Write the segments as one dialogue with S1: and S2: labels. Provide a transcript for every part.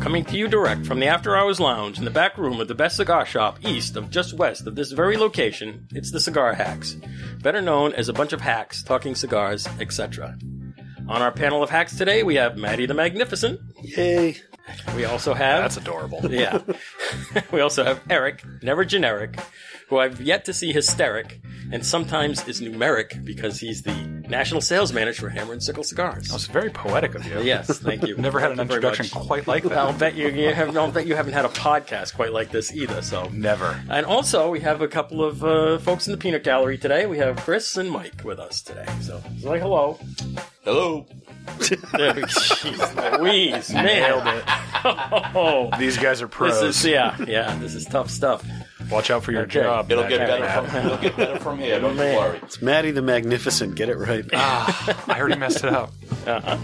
S1: Coming to you direct from the After Hours Lounge in the back room of the best cigar shop east of just west of this very location, it's the Cigar Hacks, better known as a bunch of hacks talking cigars, etc. On our panel of hacks today, we have Maddie the Magnificent.
S2: Yay.
S1: We also have
S3: That's adorable.
S1: yeah. we also have Eric, never generic, who I've yet to see hysteric, and sometimes is numeric because he's the national sales manager for Hammer and Sickle Cigars.
S3: That was very poetic of you.
S1: yes, thank you.
S3: Never had an
S1: Thank you very
S3: introduction
S1: much.
S3: quite like
S1: I'll
S3: that.
S1: bet you, you have. I'll bet you haven't had a podcast quite like this either. So.
S3: Never.
S1: And also, we have a couple of uh, folks in the peanut gallery today. We have Chris and Mike with us today. So, say hello.
S4: Hello.
S1: Jeez Louise, nailed it. Oh,
S3: These guys are pros.
S1: this is yeah, yeah. This is tough stuff.
S3: Watch out for your
S1: Okay.
S3: job.
S4: It'll
S3: Matt.
S4: get better.
S3: Matt.
S4: From, it'll get better from here. Don't you
S1: Man.
S4: worry.
S2: It's Maddie the Magnificent. Get it right.
S1: Ah.
S3: I already messed it up.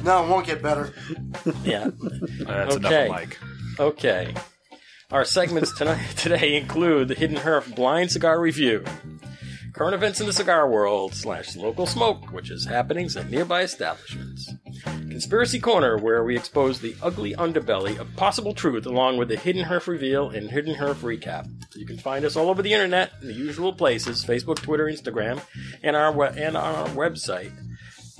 S5: No, it won't get better.
S1: Yeah.
S3: That's
S1: Okay.
S3: enough, Mike.
S1: Okay. Our segments tonight today include the Hidden Herf Blind Cigar Review, current events in the cigar world slash local smoke, which is happenings at nearby establishments. Conspiracy Corner, where we expose the ugly underbelly of possible truth, along with the Hidden Herf reveal and Hidden Herf recap. You can find us all over the internet in the usual places: Facebook, Twitter, Instagram, and our we- and our website,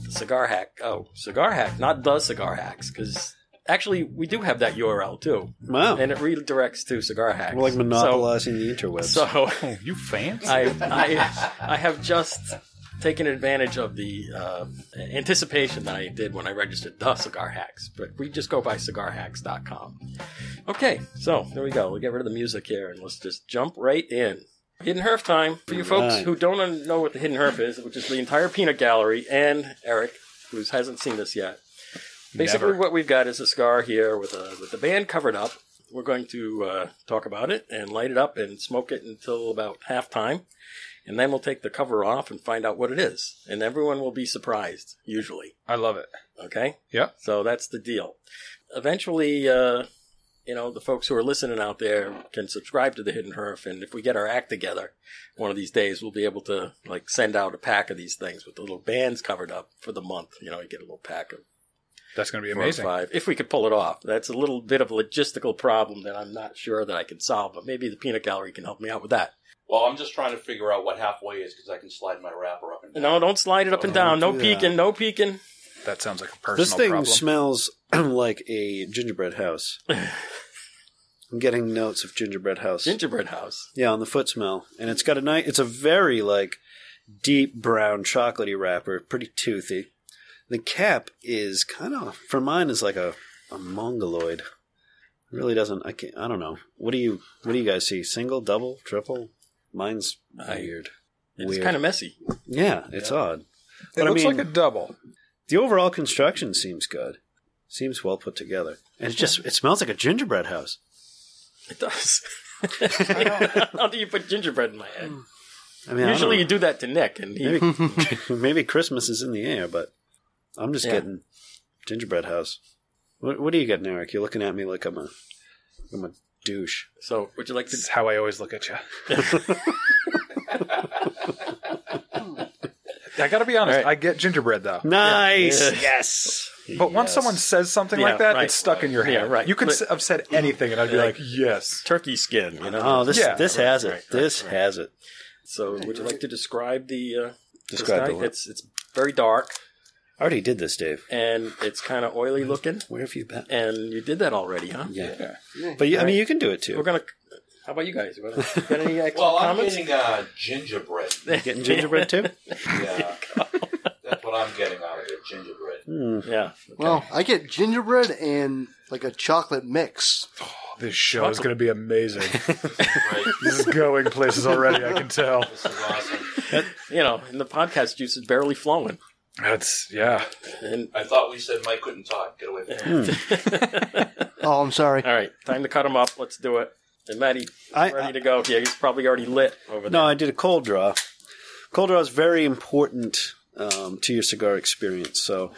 S1: the Cigar Hack. Oh, Cigar Hack, not the Cigar Hacks, because actually we do have that URL too
S2: Wow.
S1: and it redirects to cigar hacks.
S2: We're like monopolizing the interwebs.
S1: So, so
S3: Oh, you fancy?
S1: I, I I have just taken advantage of the uh, anticipation that I did when I registered the cigar hacks, but we just go by cigarhacks.com. Okay, so there we go. We'll get rid of the music here and let's just jump right in. Hidden Herf time for you folks
S2: Right.
S1: who don't un- know what the Hidden Herf is, which is the entire peanut gallery and Eric, who hasn't seen this yet. Basically,
S3: Never.
S1: what we've got is a cigar here with a with the band covered up. We're going to uh, talk about it and light it up and smoke it until about halftime, and then we'll take the cover off and find out what it is. And everyone will be surprised, usually.
S3: I love it.
S1: Okay.
S3: Yeah.
S1: So that's the deal. Eventually, uh, you know, the folks who are listening out there can subscribe to the Hidden Herf, and if we get our act together, one of these days we'll be able to like send out a pack of these things with the little bands covered up for the month. You know, you get a little pack of
S3: That's going to be
S1: four or
S3: amazing.
S1: five, if we could pull it off. That's a little bit of a logistical problem that I'm not sure that I can solve, but maybe the peanut gallery can help me out with that.
S4: Well, I'm just trying to figure out what halfway is because I can slide my wrapper up and down.
S1: No, don't slide it up and down. No
S2: do that.
S1: peeking, no peeking.
S3: That sounds like a personal
S2: this thing
S3: problem.
S2: smells like a gingerbread house. I'm getting notes of gingerbread house.
S1: Gingerbread house.
S2: yeah, on the foot smell. And it's got a nice, it's a very like deep brown chocolatey wrapper, pretty toothy. The cap is kind of, for mine, is like a, a mongoloid. It really doesn't, I can't, I don't know. What do you, what do you guys see? Single, double, triple? Mine's
S1: I-
S2: weird.
S1: It's
S2: Weird.
S1: kind of messy.
S2: Yeah, it's odd.
S3: it
S2: But I
S3: looks
S2: mean-
S3: like a double.
S2: The overall construction seems good. Seems well put together. And it just it smells like a gingerbread house.
S1: It does. How do you put gingerbread in my head?
S2: I mean,
S1: Usually
S2: I
S1: you do that to Nick, and he,
S2: don't know. maybe maybe Christmas is in the air, but I'm just
S1: Yeah.
S2: getting gingerbread house. What, what are you getting, Eric? You're looking at me like I'm a I'm a douche.
S1: so would you like to?
S3: This is how I always look at you. I got to be honest.
S1: All right.
S3: I get gingerbread though.
S2: Nice.
S1: Yeah.
S2: Yes.
S3: But once
S2: Yes.
S3: someone says something
S1: Yeah,
S3: like that,
S1: right.
S3: it's stuck in your head.
S1: Yeah, right.
S3: You could
S1: But-
S3: s have said anything, and I'd be
S1: Like-
S3: like, yes.
S1: Turkey skin, you know.
S2: Oh, this
S3: Yeah,
S2: this
S1: right,
S2: has it.
S1: right,
S2: this
S1: right,
S2: has it.
S1: So, would you like to describe the? Uh, this
S2: Describe
S1: guy?
S2: the what?
S1: It's it's very dark
S2: I already did this, Dave.
S1: and it's kind of
S2: Hmm.
S1: oily looking.
S2: Where have you been?
S1: And you did that already, huh?
S2: Yeah. But you, I mean, you can do it too.
S1: We're gonna. How about you guys? You wanna- Got any extra
S4: Well, I'm
S1: comments?
S4: getting uh, gingerbread.
S2: Getting gingerbread too?
S4: Yeah. That's what I'm getting out of it, gingerbread.
S1: Mm. yeah.
S5: Well, I get gingerbread and like a chocolate mix.
S3: This show is going to be amazing.
S4: Right?
S3: this is going places already. I can tell.
S4: This is awesome.
S1: You know, and the podcast juice is barely flowing.
S3: That's yeah.
S1: And
S4: I thought we said Mike couldn't talk. Get away from me.
S1: Mm,
S5: Oh, I'm sorry.
S1: all right, time to cut him up. Let's do it. And Matty,
S2: I-
S1: ready to go? Yeah, he's probably already lit over there.
S2: No, I did a cold draw. Cold draw is very important um, to your cigar experience. So,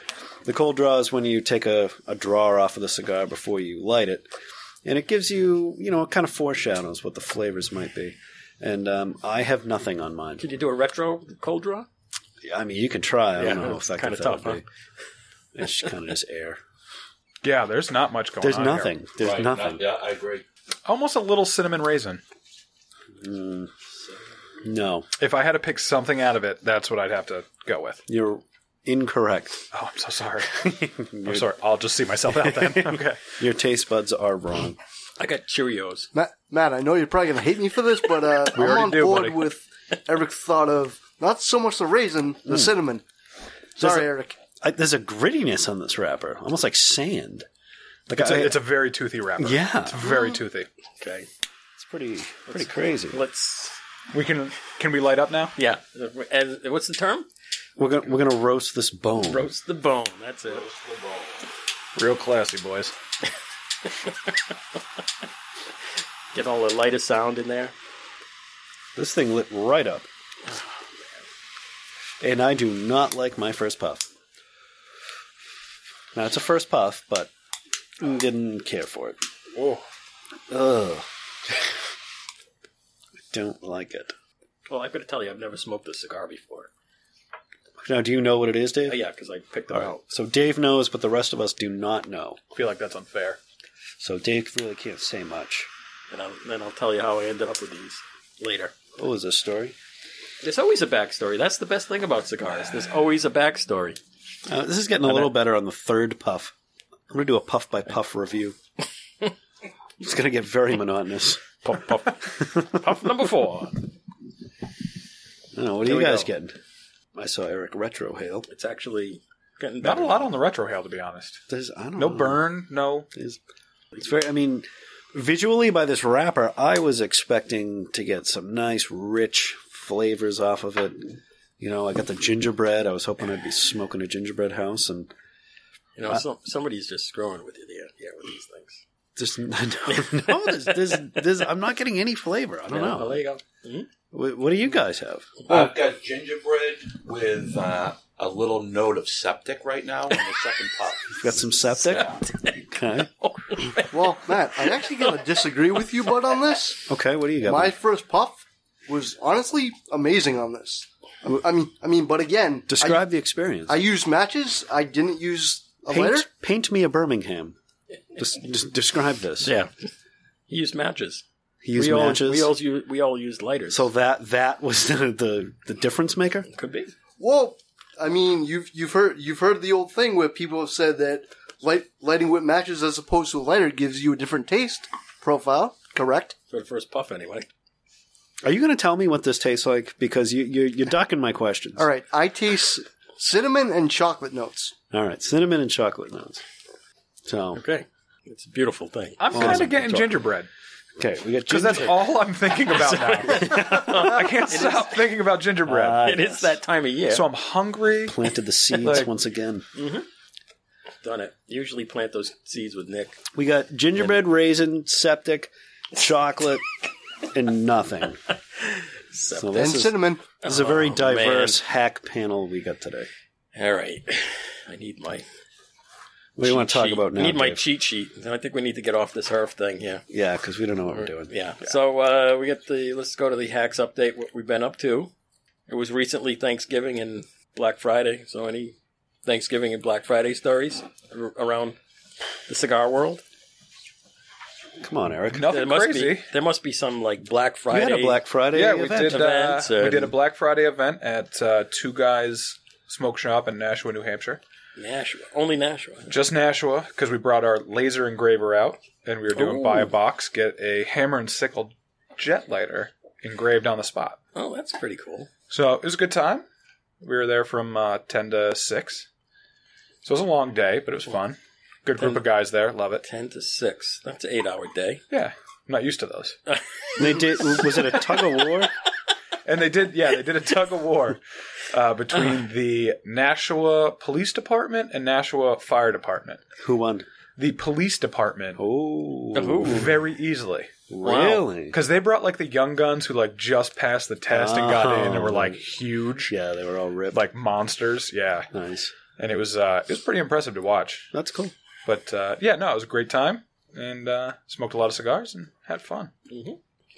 S2: the cold draw is when you take a, a drawer off of the cigar before you light it, and it gives you you know it kind of foreshadows what the flavors might be. And um, I have nothing on mine.
S1: Could you do a retro cold draw?
S2: I mean, you can try. I
S1: Yeah,
S2: don't know how
S1: it's kinda
S2: effective that
S1: tough,
S2: would be. It's kind of just air.
S3: Yeah, there's not much going
S2: There's
S3: on. here.
S2: nothing. There's
S4: right.
S2: nothing.
S4: Not, yeah, I agree.
S3: Almost a little cinnamon raisin.
S2: No,
S3: If I had to pick something out of it, that's what I'd have to go with.
S2: you're incorrect.
S3: Oh, I'm so sorry. I'm sorry. I'll just see myself out then. Okay.
S2: Your taste buds are wrong.
S1: I got Cheerios.
S5: Matt, Matt, I know you're probably going to hate me for this, but uh, I'm
S3: already
S5: on
S3: do,
S5: board
S3: buddy.
S5: with Eric's thought of not so much the raisin, the cinnamon. Sorry,
S2: a-
S5: Eric.
S2: I, there's a grittiness on this wrapper, almost like sand. Like
S3: It's
S2: I-
S3: a, it's a very toothy wrapper.
S2: Yeah.
S3: It's very toothy.
S1: Okay.
S2: it's pretty pretty crazy.
S1: Let's.
S3: We can can we light up now?
S1: Yeah. And what's the term?
S2: We're gonna we're gonna roast this bone.
S1: Roast the bone. That's it.
S3: Real classy, boys.
S1: Get all the lightest sound in there.
S2: This thing lit right up. And I do not like my first puff. Now it's a first puff, but didn't care for it.
S3: Whoa.
S2: Ugh. I don't like it.
S1: Well, I've got to tell you, I've never smoked this cigar before.
S2: Now, do you know what it is,
S3: Uh,
S2: Dave?
S1: Oh, yeah, because I picked them
S2: All right.
S1: out.
S2: So Dave knows, but the rest of us do not know.
S3: I feel like that's unfair.
S2: So Dave really can't say much.
S1: And I'll, then I'll tell you how I ended up with these later.
S2: What was this story?
S1: There's always a backstory. That's the best thing about cigars. There's always a backstory.
S2: Uh, this is getting a little better on the third puff. I'm going to do a puff by puff review. it's going to get very monotonous.
S1: Puff, puff. puff number four.
S2: I don't know. What are
S1: Here
S2: you
S1: we
S2: guys
S1: go.
S2: getting? I saw Eric retrohale.
S1: It's actually getting
S3: Not
S1: better.
S3: a lot on the retrohale, to be honest.
S2: There's I don't
S3: No
S2: know.
S3: burn, no.
S2: There's- it's very. I mean, visually by this wrapper, I was expecting to get some nice, rich flavors off of it. You know, I got the gingerbread. I was hoping I'd be smoking a gingerbread house, and
S1: You know, some, somebody's just screwing with you there, yeah, with these things.
S2: just no, no there's, there's, there's, I'm not getting any flavor. I don't
S1: Yeah, well,
S2: know.
S1: there you go. Mhm.
S2: What, what do you guys have?
S1: Mm.
S4: I've got gingerbread with uh, a little note of septic right now in the second puff.
S2: Got some septic. Okay.
S5: Well, Matt, I'm actually going to disagree with you, bud, on this.
S2: Okay. What do you got?
S5: My first puff was honestly amazing on this. I- I mean, I mean, but again, I-
S2: Describe the experience.
S5: I, used matches. I didn't use a lighter.
S2: paint, paint me a Birmingham. Just, just describe this.
S1: Yeah. He used matches.
S2: He used
S1: we
S2: matches.
S1: All, we, all used, we all used lighters.
S2: So that that was the the, the difference maker.
S1: could be.
S5: Well, I mean, you've you've heard you've heard the old thing where people have said that light, lighting with matches as opposed to a lighter gives you a different taste profile. Correct.
S1: For the first puff, anyway.
S2: Are you going to tell me what this tastes like? Because you you're, you're ducking my questions.
S5: All right. I taste cinnamon and chocolate notes.
S2: All right. Cinnamon and chocolate notes. So
S1: Okay. It's a beautiful thing.
S3: I'm kind of getting gingerbread
S2: okay, we got
S3: because that's
S2: ginger.
S3: all I'm thinking about now. I can't stop thinking about gingerbread.
S2: Ah,
S1: It is that time of year.
S3: so I'm hungry.
S2: planted the seeds
S3: Like-
S2: once again.
S1: Done it. Usually plant those seeds with Nick.
S2: We got gingerbread, raisin, septic, chocolate, and nothing. So
S1: Septic.
S5: And
S2: this is, this
S5: cinnamon.
S2: is a very
S1: Oh,
S2: diverse hack panel we got today.
S1: All right. I need my.
S2: What do you want to talk
S1: cheat-
S2: about now?
S1: I need my
S2: Dave?
S1: cheat sheet. And I think we need to get off this herf thing here.
S2: yeah, because we don't know what we're doing.
S1: Yeah. So uh, we get the let's go to the hacks update. What we've been up to. It was recently Thanksgiving and Black Friday. So any Thanksgiving and Black Friday stories ar- around the cigar world?
S2: Come on, Eric.
S1: There
S3: Nothing
S1: must
S3: crazy.
S1: be there must be some like Black
S2: We
S1: Friday.
S2: had a Black Friday.
S3: yeah, we
S2: event.
S3: did. Uh,
S1: events
S3: we
S1: and-
S3: did a Black Friday event at uh, Two Guys Smoke Shop in Nashua, New Hampshire.
S1: Nashua. Only Nashua.
S3: Just Nashua because we brought our laser engraver out and we were doing
S1: Ooh.
S3: buy a box, get a hammer and sickle jet lighter engraved on the spot.
S1: Oh, that's pretty cool.
S3: So it was a good time. We were there from uh, ten to six, so it was a long day, but it was fun. Good group of guys there, love it.
S1: Ten to six. That's an eight-hour day.
S3: Yeah, I'm not used to those.
S2: They did. Was it a tug of war?
S3: And they did, yeah, they did a tug of war uh, between the Nashua Police Department and Nashua Fire Department.
S2: Who won?
S3: The police department
S2: Oh,
S1: Ooh.
S3: very easily
S2: really?
S3: because they brought like the young guns who like just passed the test and got in and were like
S2: Oh.
S3: huge,
S2: Yeah, they were all ripped.
S3: like monsters. Yeah,
S2: nice.
S3: and it was uh, it was pretty impressive to watch.
S2: That's cool.
S3: But uh, yeah, no, it was a great time. and uh, smoked a lot of cigars and had fun.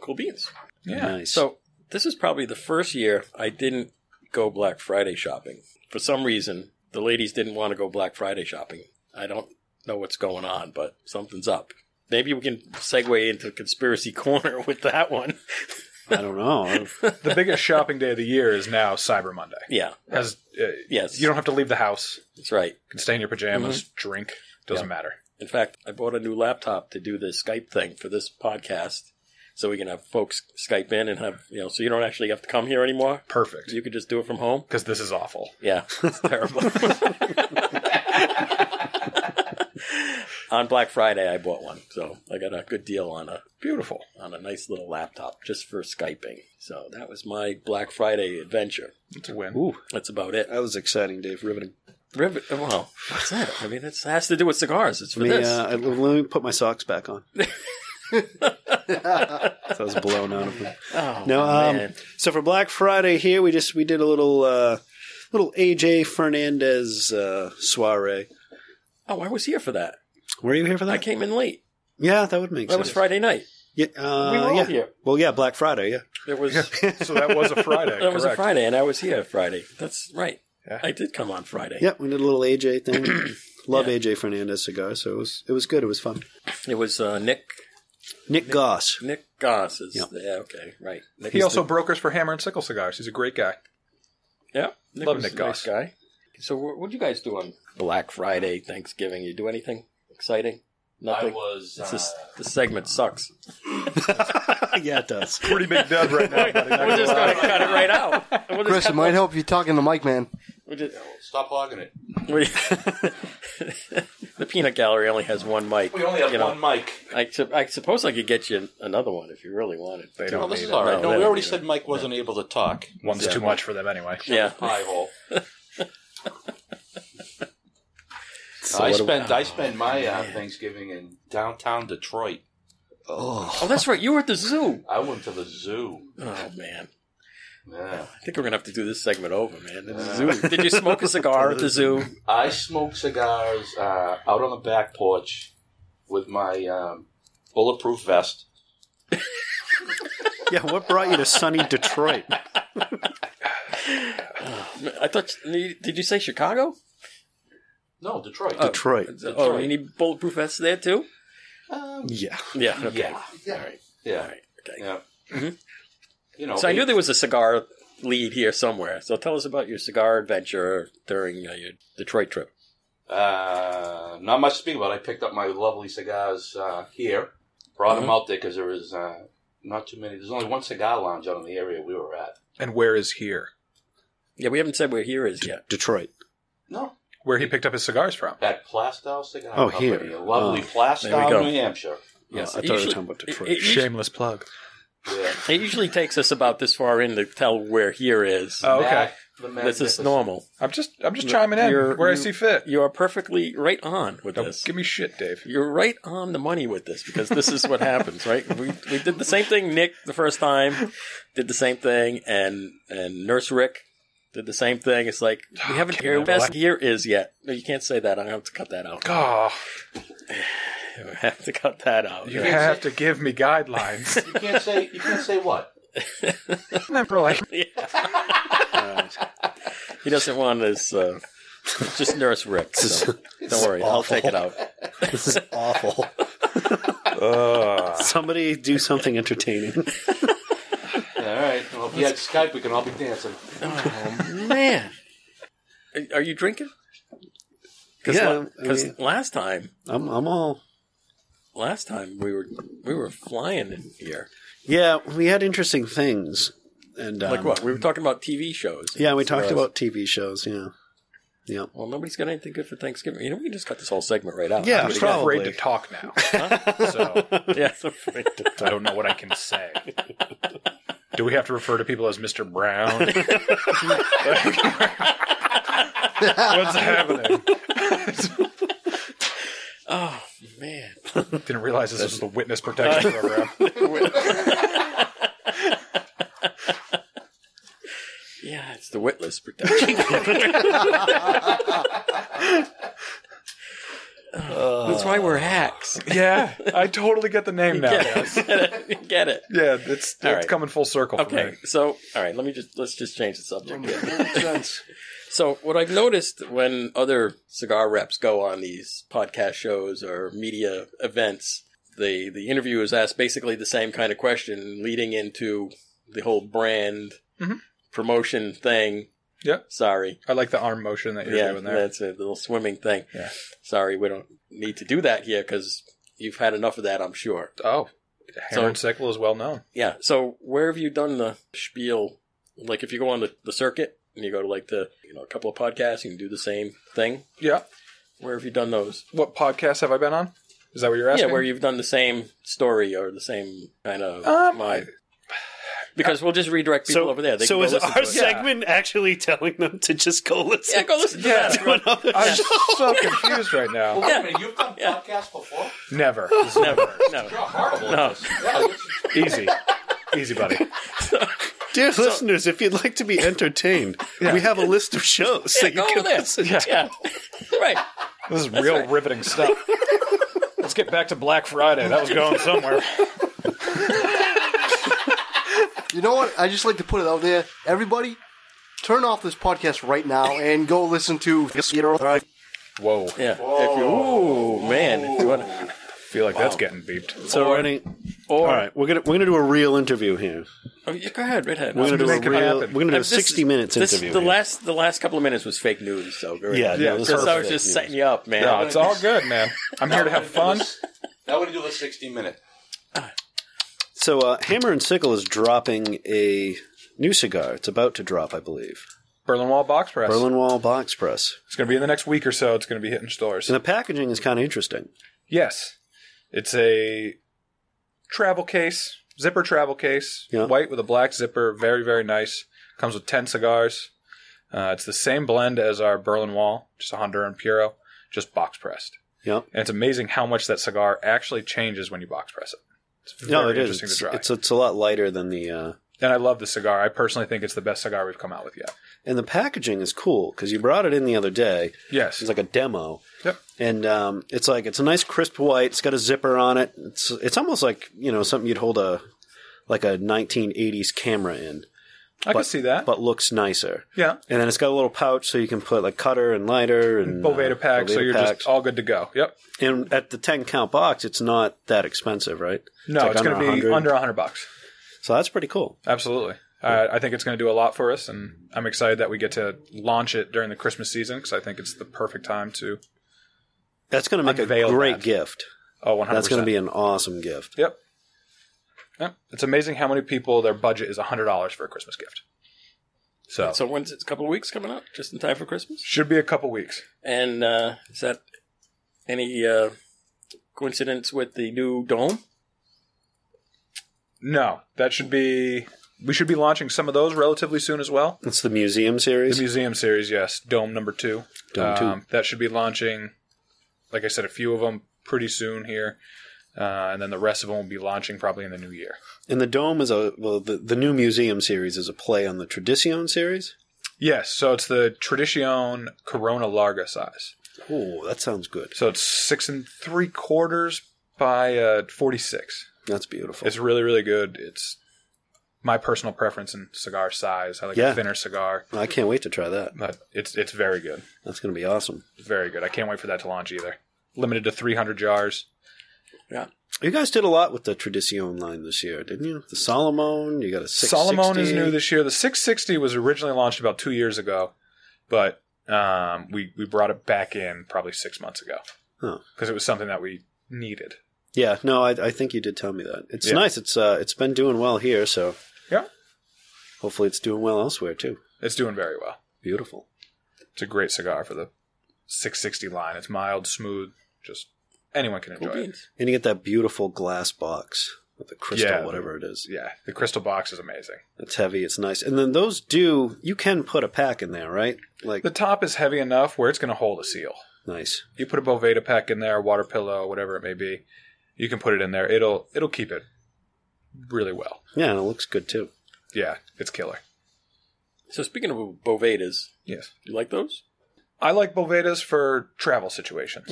S1: Cool beans.
S3: Yeah.
S2: Nice.
S1: So this is probably the first year I didn't go Black Friday shopping. For some reason, the ladies didn't want to go Black Friday shopping. I don't know what's going on, but something's up. Maybe we can segue into conspiracy corner with that one.
S2: I don't know.
S3: The biggest shopping day of the year is now Cyber Monday.
S1: Yeah,
S3: As uh,
S1: Yes.
S3: you don't have to leave the house.
S1: that's right.
S3: You can stay in your pajamas,
S1: Mm-hmm.
S3: drink. Doesn't matter.
S1: In fact, I bought a new laptop to do the Skype thing for this podcast, so we can have folks Skype in and have you know, so you don't actually have to come here anymore.
S3: Perfect.
S1: You could just do it from home.
S3: Because this is awful.
S1: Yeah, it's terrible. on Black Friday, I bought one, so I got a good deal on a
S3: Beautiful.
S1: on a nice little laptop just for skyping. So that was my Black Friday adventure.
S3: It's a win.
S2: Ooh,
S1: That's about it.
S2: that was exciting, Dave. Riveting.
S1: Rivet. Well, that's it. I mean, it has to do with cigars. It's for
S2: Let me,
S1: this.
S2: uh, I- let me put my socks back on. that was blown out of them.
S1: oh,
S2: No, um,
S1: man.
S2: so for Black Friday here, we just we did a little uh, little AJ Fernandez uh, soiree.
S1: oh, I was here for that.
S2: Were you here for that?
S1: I came in late.
S2: Yeah, that would make
S1: That
S2: sense.
S1: was Friday night.
S2: Yeah, uh,
S1: We were all
S2: yeah.
S1: here.
S2: Well, yeah, Black Friday. Yeah,
S1: There was
S3: So that was a Friday.
S1: that was a
S3: correct.
S1: Friday, and I was here Friday. That's right.
S3: Yeah.
S1: I did come on Friday.
S2: yeah, we did a little AJ thing. Love AJ Fernandez cigars, so it was it was good. It was fun.
S1: It was uh, Nick
S2: Nick, Goss.
S1: Nick Goss is
S2: Yeah.
S1: yeah okay right. Nick
S3: He also brokers for Hammer and Sickle Cigars. He's a great guy.
S1: yeah Nick
S3: Love
S1: was
S3: Nick
S1: a nice
S3: Goss.
S1: guy. So what what do you guys do on Black Friday, Thanksgiving? You do anything exciting?
S4: I
S1: Nothing.
S4: was.
S1: It's
S4: uh,
S1: just, this segment sucks.
S2: yeah, it does.
S3: Pretty big dud right now, buddy. Not
S1: We're
S3: gonna
S1: just
S3: lie.
S1: gonna cut it right out. We'll just
S5: Chris, it
S1: cut
S5: might help you talking to Mike, man.
S1: we'll just-
S4: stop hogging it.
S1: we- the peanut gallery only has one mic.
S4: We only have
S1: you know.
S4: one mic.
S1: I, su- I suppose I could get you another one if you really wanted.
S3: They
S4: No,
S3: don't
S4: this
S3: need
S4: is
S3: it.
S4: all right.
S1: No,
S4: No,
S1: they
S4: we
S1: don't
S4: already
S1: need
S4: said Mike wasn't able to talk.
S3: One's too much for them anyway.
S1: Yeah.
S4: Pie hole.
S2: So
S4: I
S2: what do-
S4: spent I spent my uh, Thanksgiving in downtown Detroit.
S1: Oh, that's right. You were at the zoo.
S4: I went to the zoo.
S1: Oh man.
S4: Yeah.
S1: I think we're gonna have to do this segment over, man. At the zoo. Did you smoke a cigar at the zoo?
S4: I smoked cigars uh, out on the back porch with my um, bulletproof vest.
S2: yeah, what brought you to sunny Detroit?
S1: I thought. Did you say Chicago?
S4: No, Detroit.
S2: Detroit.
S1: Oh, you need bulletproof vests there too.
S4: Um,
S2: Yeah.
S1: Yeah. Okay.
S4: Yeah.
S1: All right.
S4: Yeah.
S1: All right. Okay.
S4: Yeah.
S1: Mhm.
S4: You know.
S1: So I knew
S4: it-
S1: there was a cigar lead here somewhere. So tell us about your cigar adventure during uh, your Detroit trip.
S4: Uh, not much to speak about. I picked up my lovely cigars uh, here, brought them out there because there was uh, not too many. There's only one cigar lounge out in the area we were at.
S3: And where is here?
S1: Yeah, we haven't said where here is yet.
S2: Detroit.
S4: No,
S3: Where he picked up his cigars from.
S4: at Plastow Cigar
S2: Oh,
S4: Company,
S2: here.
S4: a lovely
S1: there
S2: Oh,
S1: we go.
S4: Plastow, New Hampshire.
S1: Yes,
S2: Oh, I thought you were
S1: usually-
S2: talking about
S1: it-
S2: Detroit.
S1: it-
S3: Shameless plug.
S4: Yeah.
S1: It usually takes us about this far in to tell where here is.
S3: Oh, okay.
S4: Mac, the
S1: this is
S4: magnificent.
S1: normal.
S3: I'm just I'm just chiming in
S1: You're-
S3: where I
S1: you-
S3: see fit.
S1: You are perfectly right on with
S3: Don't
S1: this.
S3: give me shit, Dave.
S1: You're right on the money with this because this is what happens, right? We we did the same thing. Nick the first time did the same thing, and and Nurse Rick did the same thing. It's like we
S2: Oh,
S1: haven't
S3: Okay,
S1: your best
S3: relax.
S1: year is yet. No, you can't say that. I have to cut that out.
S3: Oh,
S1: I have to cut that out.
S3: you have to give me guidelines.
S4: You can't say. You can't say what.
S3: Remember, like
S1: He doesn't want this. Uh, it's just Nurse Rick. So don't worry, I'll
S2: awful.
S1: take it out.
S2: This is awful. Somebody do something entertaining.
S4: All right. Well, if you had Skype, we can all be dancing.
S1: Man, Are- are you drinking? Cause
S2: Yeah,
S1: la-
S2: I
S1: 'cause
S2: mean-
S1: last time,
S2: I'm, I'm all.
S1: last time we were we were flying in here.
S2: Yeah, we had interesting things, and um,
S1: Like what? We were talking about TV shows.
S2: Yeah, we talked about TV shows. Yeah, yeah.
S1: Well, nobody's got anything good for Thanksgiving. You know, we can just cut this whole segment right out.
S2: Yeah.
S3: I'm just
S2: Probably.
S3: afraid to talk now, so
S1: yeah.
S3: I don't know what I can say. Do we have to refer to people as Mr. Brown? What's happening?
S1: Oh man.
S3: Didn't realize this was the witness protection program.
S1: Yeah, it's the witless protection. That's why we're hacks. Yes.
S3: Yeah, I totally get the name now.
S1: Get
S3: Yeah,
S1: it. Get it.
S3: it's it's
S1: All right.
S3: coming full circle. For
S1: Okay,
S3: me.
S1: so all right, let me just let's just change the subject.
S5: Makes perfect sense.
S1: So what I've noticed when other cigar reps go on these podcast shows or media events, the the interview is asked basically the same kind of question, leading into the whole brand
S3: Mhm.
S1: promotion thing.
S3: Yeah.
S1: Sorry.
S3: I like the arm motion that you're
S1: yeah,
S3: doing there.
S1: that's a little swimming thing.
S3: Yeah.
S1: Sorry, we don't need to do that here because you've had enough of that, I'm sure.
S3: Oh,
S1: So-
S3: hammer and sickle is well known.
S1: Yeah. So where have you done the spiel? Like if you go on the, the circuit and you go to like the you know a couple of podcasts, you can do the same thing.
S3: Yeah.
S1: Where have you done those?
S3: What podcast have I been on? Is that what you're asking?
S1: Yeah, where you've done the same story or the same kind of
S3: Um,
S1: vibe. Because we'll just redirect people
S2: so
S1: over there. They
S2: so
S1: can go
S2: is
S1: listen
S2: our
S1: to it.
S3: Yeah.
S2: segment actually telling them to just
S1: yeah,
S2: go listen
S1: go listen to
S3: Yeah.
S1: that.
S2: to another
S3: I'm
S2: show?
S3: so confused right
S4: Well,
S3: now.
S4: wait a minute, you've done
S1: Yeah.
S4: podcasts before?
S3: Never.
S1: Never, no.
S4: You're horrible.
S1: No.
S4: at this. Yeah, it's-
S3: Easy. Easy, buddy.
S2: Dear listeners, if you'd like to be entertained,
S3: Yeah.
S2: we have a list of shows that
S1: go
S2: you can
S1: over there.
S2: listen to.
S3: Yeah.
S1: Yeah, right.
S3: This is real
S1: right.
S3: riveting stuff. Let's get back to Black Friday. That was going somewhere.
S5: You know what? I just like to put it out there. Everybody, turn off this podcast right now and go listen to. I
S3: Whoa.
S1: Yeah. If you, ooh, man. If you want to,
S3: feel like that's getting beeped.
S2: So we're any, all right, we're gonna we're gonna do a real interview here.
S1: oh, yeah, go ahead, redhead.
S2: We're gonna do a
S3: make it
S2: real. We're
S3: happen.
S2: gonna do
S1: Uh,
S2: a
S1: this
S2: sixty
S1: is-
S2: minutes
S1: this,
S2: interview.
S1: The
S2: here.
S1: last the last couple of minutes was fake news, so go ahead.
S2: yeah,
S3: Yeah,
S2: no, this
S3: because
S1: So I
S2: is
S1: was
S2: fake
S1: just
S2: news.
S1: setting you up, man.
S3: No, it's all good, man. I'm here to have fun.
S4: Now we do the 60 minute.
S2: So uh, Hammer and Sickle is dropping a new cigar. It's about to drop, I believe.
S3: Berlin Wall Box Press.
S2: Berlin Wall Box Press,
S3: It's going to be in the next week or so. It's going to be hitting stores.
S2: and the packaging is kind of interesting.
S3: Yes. It's a travel case, zipper travel case,
S2: Yeah.
S3: white with a black zipper. Very, very nice. Comes with 10 cigars. Uh, it's the same blend as our Berlin Wall, just a Honduran Puro, just box pressed.
S2: Yeah,
S3: And it's amazing how much that cigar actually changes when you box press it. It's very
S2: no, it is.
S3: interesting
S2: It's,
S3: to try.
S2: it's it's a lot lighter than the. Uh,
S3: and I love the cigar. I personally think it's the best cigar we've come out with yet.
S2: and the packaging is cool because you brought it in the other day.
S3: Yes.
S2: It's like a demo.
S3: Yep.
S2: And um, it's like it's a nice crisp white. It's got a zipper on it. It's it's almost like you know something you'd hold a like a 1980s camera in,
S3: I can see that.
S2: but looks nicer.
S3: yeah.
S2: And then it's got a little pouch so you can put like cutter and lighter and
S3: Boveda
S2: uh,
S3: pack, so
S2: Boveda
S3: you're
S2: pack.
S3: just all good to go. Yep.
S2: and at the 10 count box, it's not that expensive, right?
S3: No, it's,
S2: like
S3: going to be
S2: 100.
S3: under 100 bucks.
S2: So that's pretty cool.
S3: Absolutely. Uh, I think it's going to do a lot for us, and I'm excited that we get to launch it during the Christmas season because I think it's the perfect time to.
S2: That's going to make
S3: Unveil
S2: a great
S3: that.
S2: gift.
S3: Oh, 100
S2: That's going to be an awesome gift.
S3: Yep. Yep. It's amazing how many people their budget is $100 for a Christmas gift. So,
S1: So when's it's a couple of weeks coming up, just in time for Christmas.
S3: should be a couple weeks.
S1: And uh, is that any uh, coincidence with the new dome?
S3: No, that should be. We should be launching some of those relatively soon as well.
S2: It's the museum
S3: The
S2: series.
S3: museum series, yes, Dome number two. Um,
S2: Dome two.
S3: That should be launching. Like I said, a few of them pretty soon here, uh, and then the rest of them will be launching probably in the new year.
S2: and the dome is a well, the, the new museum series is a play on the Tradicion series.
S3: Yes, so it's the Tradicion Corona Larga size.
S2: Oh, that sounds good.
S3: So it's six and three quarters by uh, 46.
S2: That's beautiful.
S3: It's really, really good. It's my personal preference in cigar size. I like
S2: Yeah.
S3: a thinner cigar,
S2: I can't wait to try that.
S3: but it's it's very good.
S2: That's going to be awesome.
S3: Very good. I can't wait for that to launch either. Limited to 300 jars.
S2: You guys did a lot with the Tradicion line this year, didn't you? The Solomon, you got a 660.
S3: Solomon is new this year. The 660 was originally launched about two years ago, but um, we, we brought it back in probably six months ago
S2: Huh.
S3: because it was something that we needed.
S2: Yeah, no, I, I think you did tell me that. It's
S3: Yeah.
S2: nice. It's uh, it's been doing well here, so
S3: Yeah.
S2: Hopefully, it's doing well elsewhere too.
S3: It's doing very well.
S2: Beautiful.
S3: It's a great cigar for the 660 line. It's mild, smooth, just anyone can enjoy
S1: Cool
S3: it.
S1: beans.
S2: And you get that beautiful glass box with the crystal,
S3: Yeah.
S2: whatever it is.
S3: Yeah, the crystal box is amazing.
S2: It's heavy. It's nice. And then those do you can put a pack in there, right? Like
S3: The top is heavy enough where it's going to hold a seal.
S2: nice.
S3: You put a Boveda pack in there, water pillow, whatever it may be. You can put it in there. It'll it'll keep it really well.
S2: Yeah, and it looks good too.
S3: Yeah, it's killer.
S1: So speaking of Bovedas,
S3: Yes.
S1: you like those? Mm-hmm.
S3: I like Bovedas for travel situations.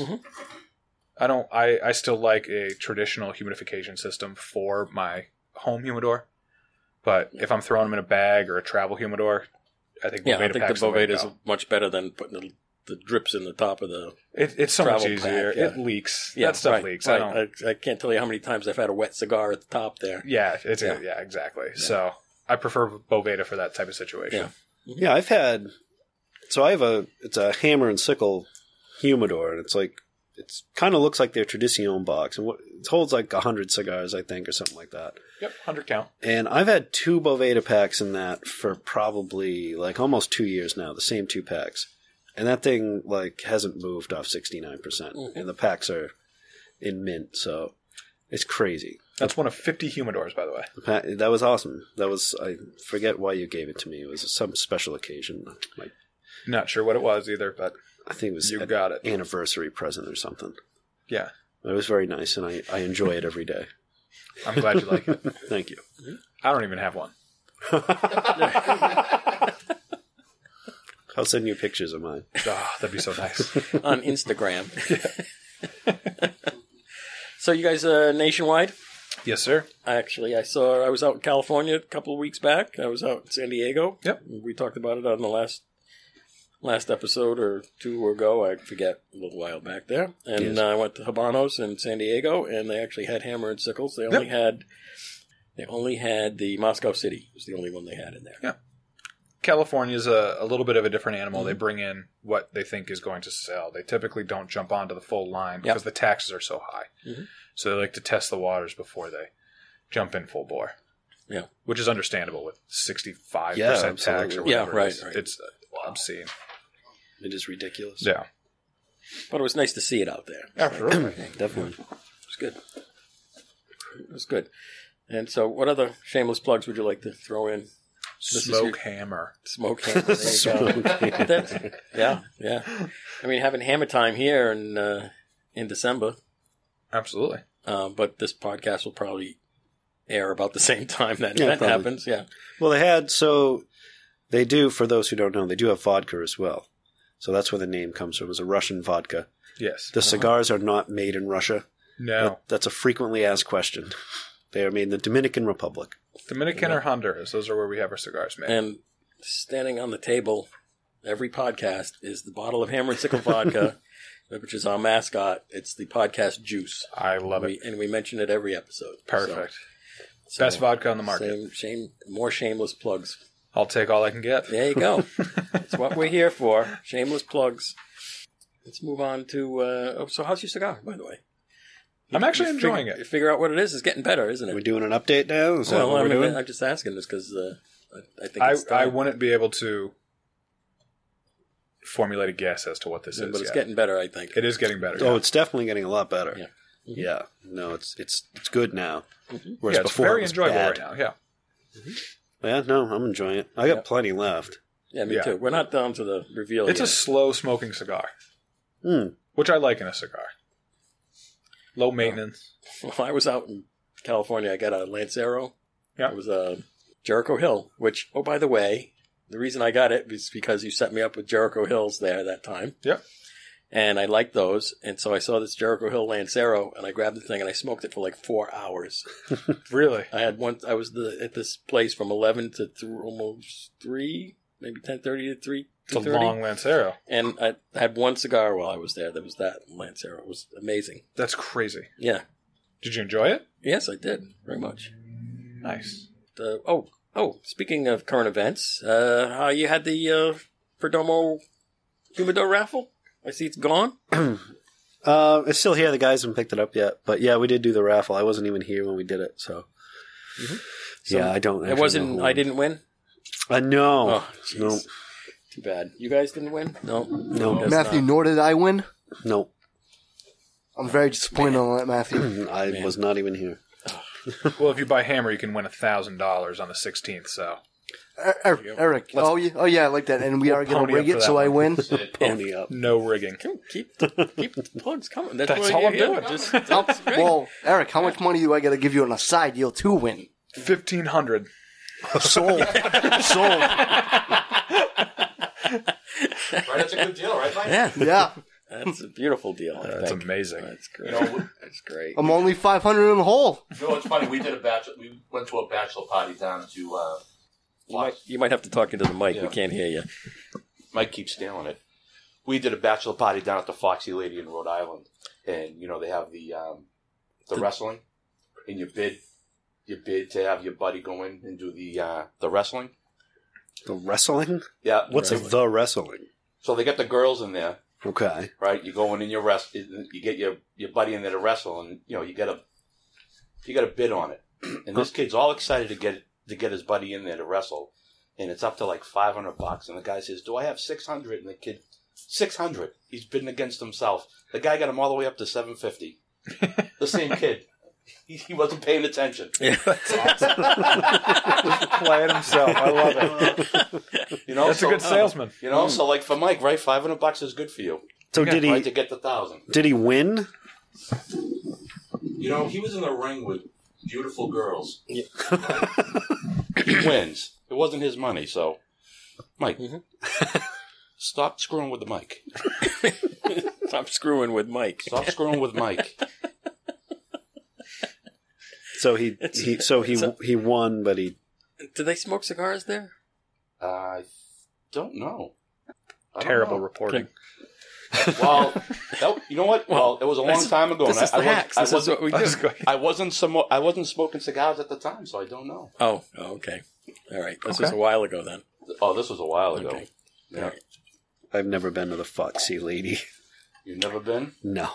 S3: I don't. I I still like a traditional humidification system for my home humidor, but if I'm throwing them in a bag or a travel humidor, I think
S1: Yeah, I think the
S3: Bovetapac's way
S1: Boveda
S3: to
S1: is
S3: go.
S1: much better than putting the, the drips in the top of the.
S3: It, it's so much
S1: travel pack,
S3: easier.
S1: yeah.
S3: It leaks.
S1: Yeah,
S3: that stuff
S1: right,
S3: leaks.
S1: right.
S3: I don't.
S1: I, I can't tell you how many times I've had a wet cigar at the top there.
S3: yeah, it's
S1: Yeah.
S3: yeah, exactly. So I prefer Boveda for that type of situation.
S1: Yeah.
S2: Yeah, I've had. So I have a. It's a hammer and sickle humidor, and it's like it's kind of looks like their tradition box, and what, it holds like hundred cigars, I think, or something like that.
S3: Yep, hundred count.
S2: And I've had two Boveda packs in that for probably like almost two years now, the same two packs. And that thing like hasn't moved off sixty nine percent,
S1: Mhm.
S2: and the packs are in mint, so it's crazy.
S3: That's one of fifty humidors, by the way.
S2: The pa- That was awesome. That was I forget why you gave it to me. It was some special occasion. Like
S3: Not sure what it was either, but
S2: I think it was
S3: you
S2: at-
S3: got it.
S2: anniversary present or something.
S3: Yeah,
S2: It was very nice, and I, I enjoy it every day.
S3: I'm glad you like it.
S2: Thank you.
S3: I don't even have one.
S2: I'll send you pictures of mine.
S3: Ah, that'd be so nice.
S1: on Instagram. so you guys uh, nationwide?
S3: yes, sir.
S1: Actually, I saw. I was out in California a couple of weeks back. I was out in San Diego.
S3: Yep.
S1: We talked about it on the last last episode or two ago. I forget a little while back there. And
S2: Yes.
S1: uh, I went to Habanos in San Diego, and they actually had hammer and sickles. They only had they only had the Moscow City was the only one they had in there.
S3: California's a, a little bit of a different animal. They bring in what they think is going to sell. They typically don't jump onto the full line because the taxes are so high.
S1: Mhm.
S3: So they like to test the waters before they jump in full bore.
S1: Yeah.
S3: which is understandable with sixty five
S2: Yeah,
S3: percent tax or
S2: absolutely.
S1: Yeah,
S3: whatever.
S1: right,
S3: it is.
S1: right.
S3: It's uh, obscene.
S2: It is ridiculous.
S3: Yeah,
S1: But it was nice to see it out there.
S3: absolutely.
S2: Definitely.
S1: It was good. It was good. And so, what other shameless plugs would you like to throw in? is your-
S3: Smoke hammer.
S1: Smoke hammer. There you go. That's- yeah, yeah. I mean, having hammer time here in uh, in December,
S3: Absolutely.
S1: uh, but this podcast will probably air about the same time that
S2: Yeah,
S1: event
S2: probably.
S1: happens. Yeah,
S2: well, they had, so they do, for those who don't know, they do have vodka as well. So that's where the name comes from, is a Russian vodka.
S3: Yes.
S2: The cigars are not made in Russia.
S3: No.
S2: That- that's a frequently asked question. They are made in the Dominican Republic.
S3: Dominican or Honduras. Those are where we have our cigars made.
S1: and standing on the table every podcast is the bottle of hammer and sickle vodka, which is our mascot. It's the podcast juice.
S3: I love
S1: we,
S3: it.
S1: and we mention it every episode.
S3: Perfect.
S1: So-
S3: Best
S1: so
S3: vodka on the market.
S1: Same, shame, more shameless plugs.
S3: I'll take all I can get.
S1: There you go. That's what we're here for. Shameless plugs. Let's move on to. Uh, oh, so how's your cigar, by the way?
S3: I'm actually
S1: You fig-
S3: enjoying it.
S1: You figure out what it is. It's getting better, isn't
S2: We're
S1: it?
S2: doing an update now? Is that
S1: Well,
S2: what
S1: I
S2: we're doing?
S1: am just asking this because uh, I, I think
S3: I,
S1: it's
S3: I
S1: time.
S3: wouldn't be able to formulate a guess as to what this
S1: but
S3: is.
S1: it's
S3: yet.
S1: getting better. I think.
S3: It is getting better.
S2: Oh,
S3: yeah.
S2: it's definitely getting a lot better.
S1: Yeah. Mm-hmm.
S2: Yeah. No, it's it's it's good now. Whereas
S3: Yeah, it's
S2: before
S3: very
S2: it was
S3: enjoyable
S2: bad.
S3: right now. Yeah,
S2: Yeah, no, I'm enjoying it. I got plenty left.
S1: yeah, me
S3: yeah.
S1: too. We're not down to the reveal.
S3: it's a
S1: yet.
S3: slow smoking cigar,
S2: Hmm.
S3: which I like in a cigar. Low maintenance.
S1: Well, I was out in California. I got a Lancero.
S3: Yeah.
S1: It was a Jericho Hill, which, oh, by the way, the reason I got it is because you set me up with Jericho Hills there that time.
S3: Yeah.
S1: And I liked those. And so I saw this Jericho Hill Lancero and I grabbed the thing and I smoked it for like four hours.
S3: Really,
S1: I had one, I was the, at this place from 11 to th- almost 3, maybe 10.30 to 3.
S3: it's a
S1: 2:30.
S3: long Lancero.
S1: And I had one cigar while I was there. That was that Lancero. It was amazing.
S3: That's crazy.
S1: Yeah.
S3: Did you enjoy it?
S1: Yes, I did. Very much.
S3: Nice.
S1: uh, oh oh speaking of current events uh how you had the uh perdomo humidor raffle i see it's gone
S2: Uh, it's still here. The guys haven't picked it up yet, but yeah, we did do the raffle. I wasn't even here when we did it, so.
S1: Mm-hmm. So
S2: yeah, I don't.
S1: it
S2: actually
S1: wasn't
S2: know who
S1: i
S2: won.
S1: didn't win
S2: Uh, no,
S1: oh jeez
S2: no,
S1: too bad you guys didn't win no
S2: No.
S1: Guess
S5: Matthew,
S1: not.
S5: nor did I win.
S2: no.
S5: I'm very disappointed on that, Matthew.
S2: I
S1: Man.
S2: was not even here.
S3: Well, if you buy Hammer, you can win a thousand dollars on the sixteenth. So
S5: Er- Er- Eric, oh yeah, oh yeah, I like that. And we are going
S3: pony
S5: to
S3: up
S5: rig
S3: for
S5: it,
S3: that
S5: so I win.
S2: Pony up.
S3: no rigging.
S1: Come- keep the, keep the plugs coming that's,
S3: That's
S1: why
S3: all
S1: you're
S3: I'm
S1: here.
S3: doing.
S1: Just-
S5: well, Eric, how much money do I got to give you on a side deal to win?
S3: Fifteen hundred.
S5: Sold, sold.
S4: Right, that's a good deal, right, Mike?
S1: yeah
S5: Yeah,
S1: That's a beautiful deal. I
S3: That's
S1: think.
S3: amazing.
S1: That's
S4: You
S1: great.
S4: know, we-
S1: That's great.
S5: I'm only 500 in the hole.
S4: you know what's funny? We did a bachelor. We went to a bachelor party down to. Uh,
S1: You might, you might have to talk into the mic.
S4: Yeah.
S1: We can't hear you.
S4: Mike keeps stealing it. We did a bachelor party down at the Foxy Lady in Rhode Island, and you know they have the um, the wrestling, and you bid you bid to have your buddy go in and do the uh, the wrestling.
S2: The wrestling?
S4: Yeah,
S2: What's
S1: Wrestling.
S2: the wrestling?
S4: so they get the girls in there,
S2: Okay.
S4: right? You go in and you rest. You get your your buddy in there to wrestle, and you know you got a you got a bid on it. And this kid's all excited to get to get his buddy in there to wrestle, and it's up to like five hundred bucks. And the guy says, "Do I have 600? And the kid, six hundred. He's bidding against himself. The guy got him all the way up to seven fifty. the same kid. He, he wasn't paying attention.
S3: Playing himself. I love it.
S4: You know,
S3: That's a
S4: So-
S3: good Mm. salesman.
S4: You know, so like for Mike, right? Five hundred bucks is good for you,
S2: So did
S4: right?
S2: he
S4: To get the thousand.
S2: did he win?
S4: You know, he was in the ring with beautiful girls. he wins. It wasn't his money, so Mike,
S1: Mm-hmm.
S4: stop screwing with the mic.
S1: Stop screwing with Mike.
S4: Stop screwing with Mike.
S2: So he, he so he he won, but he
S1: Do they smoke cigars there?
S4: I don't know. I don't
S3: Terrible
S4: know.
S3: reporting.
S4: Well, that, you know what? Well, it was a long
S1: that's-
S4: time ago,
S1: This
S4: and
S1: is
S4: I,
S1: the
S4: I, was,
S1: hacks.
S4: I
S1: This is
S4: wasn't.
S1: what we
S3: I
S1: do.
S3: was going-
S4: I wasn't some. I wasn't smoking cigars at the time, so I don't know.
S1: Oh, oh, okay. All right. This was
S3: Okay.
S1: a while ago then.
S4: Oh, this was a while ago.
S1: Okay.
S4: Yeah.
S2: I've never been to the Foxy Lady.
S4: You've never been?
S2: No.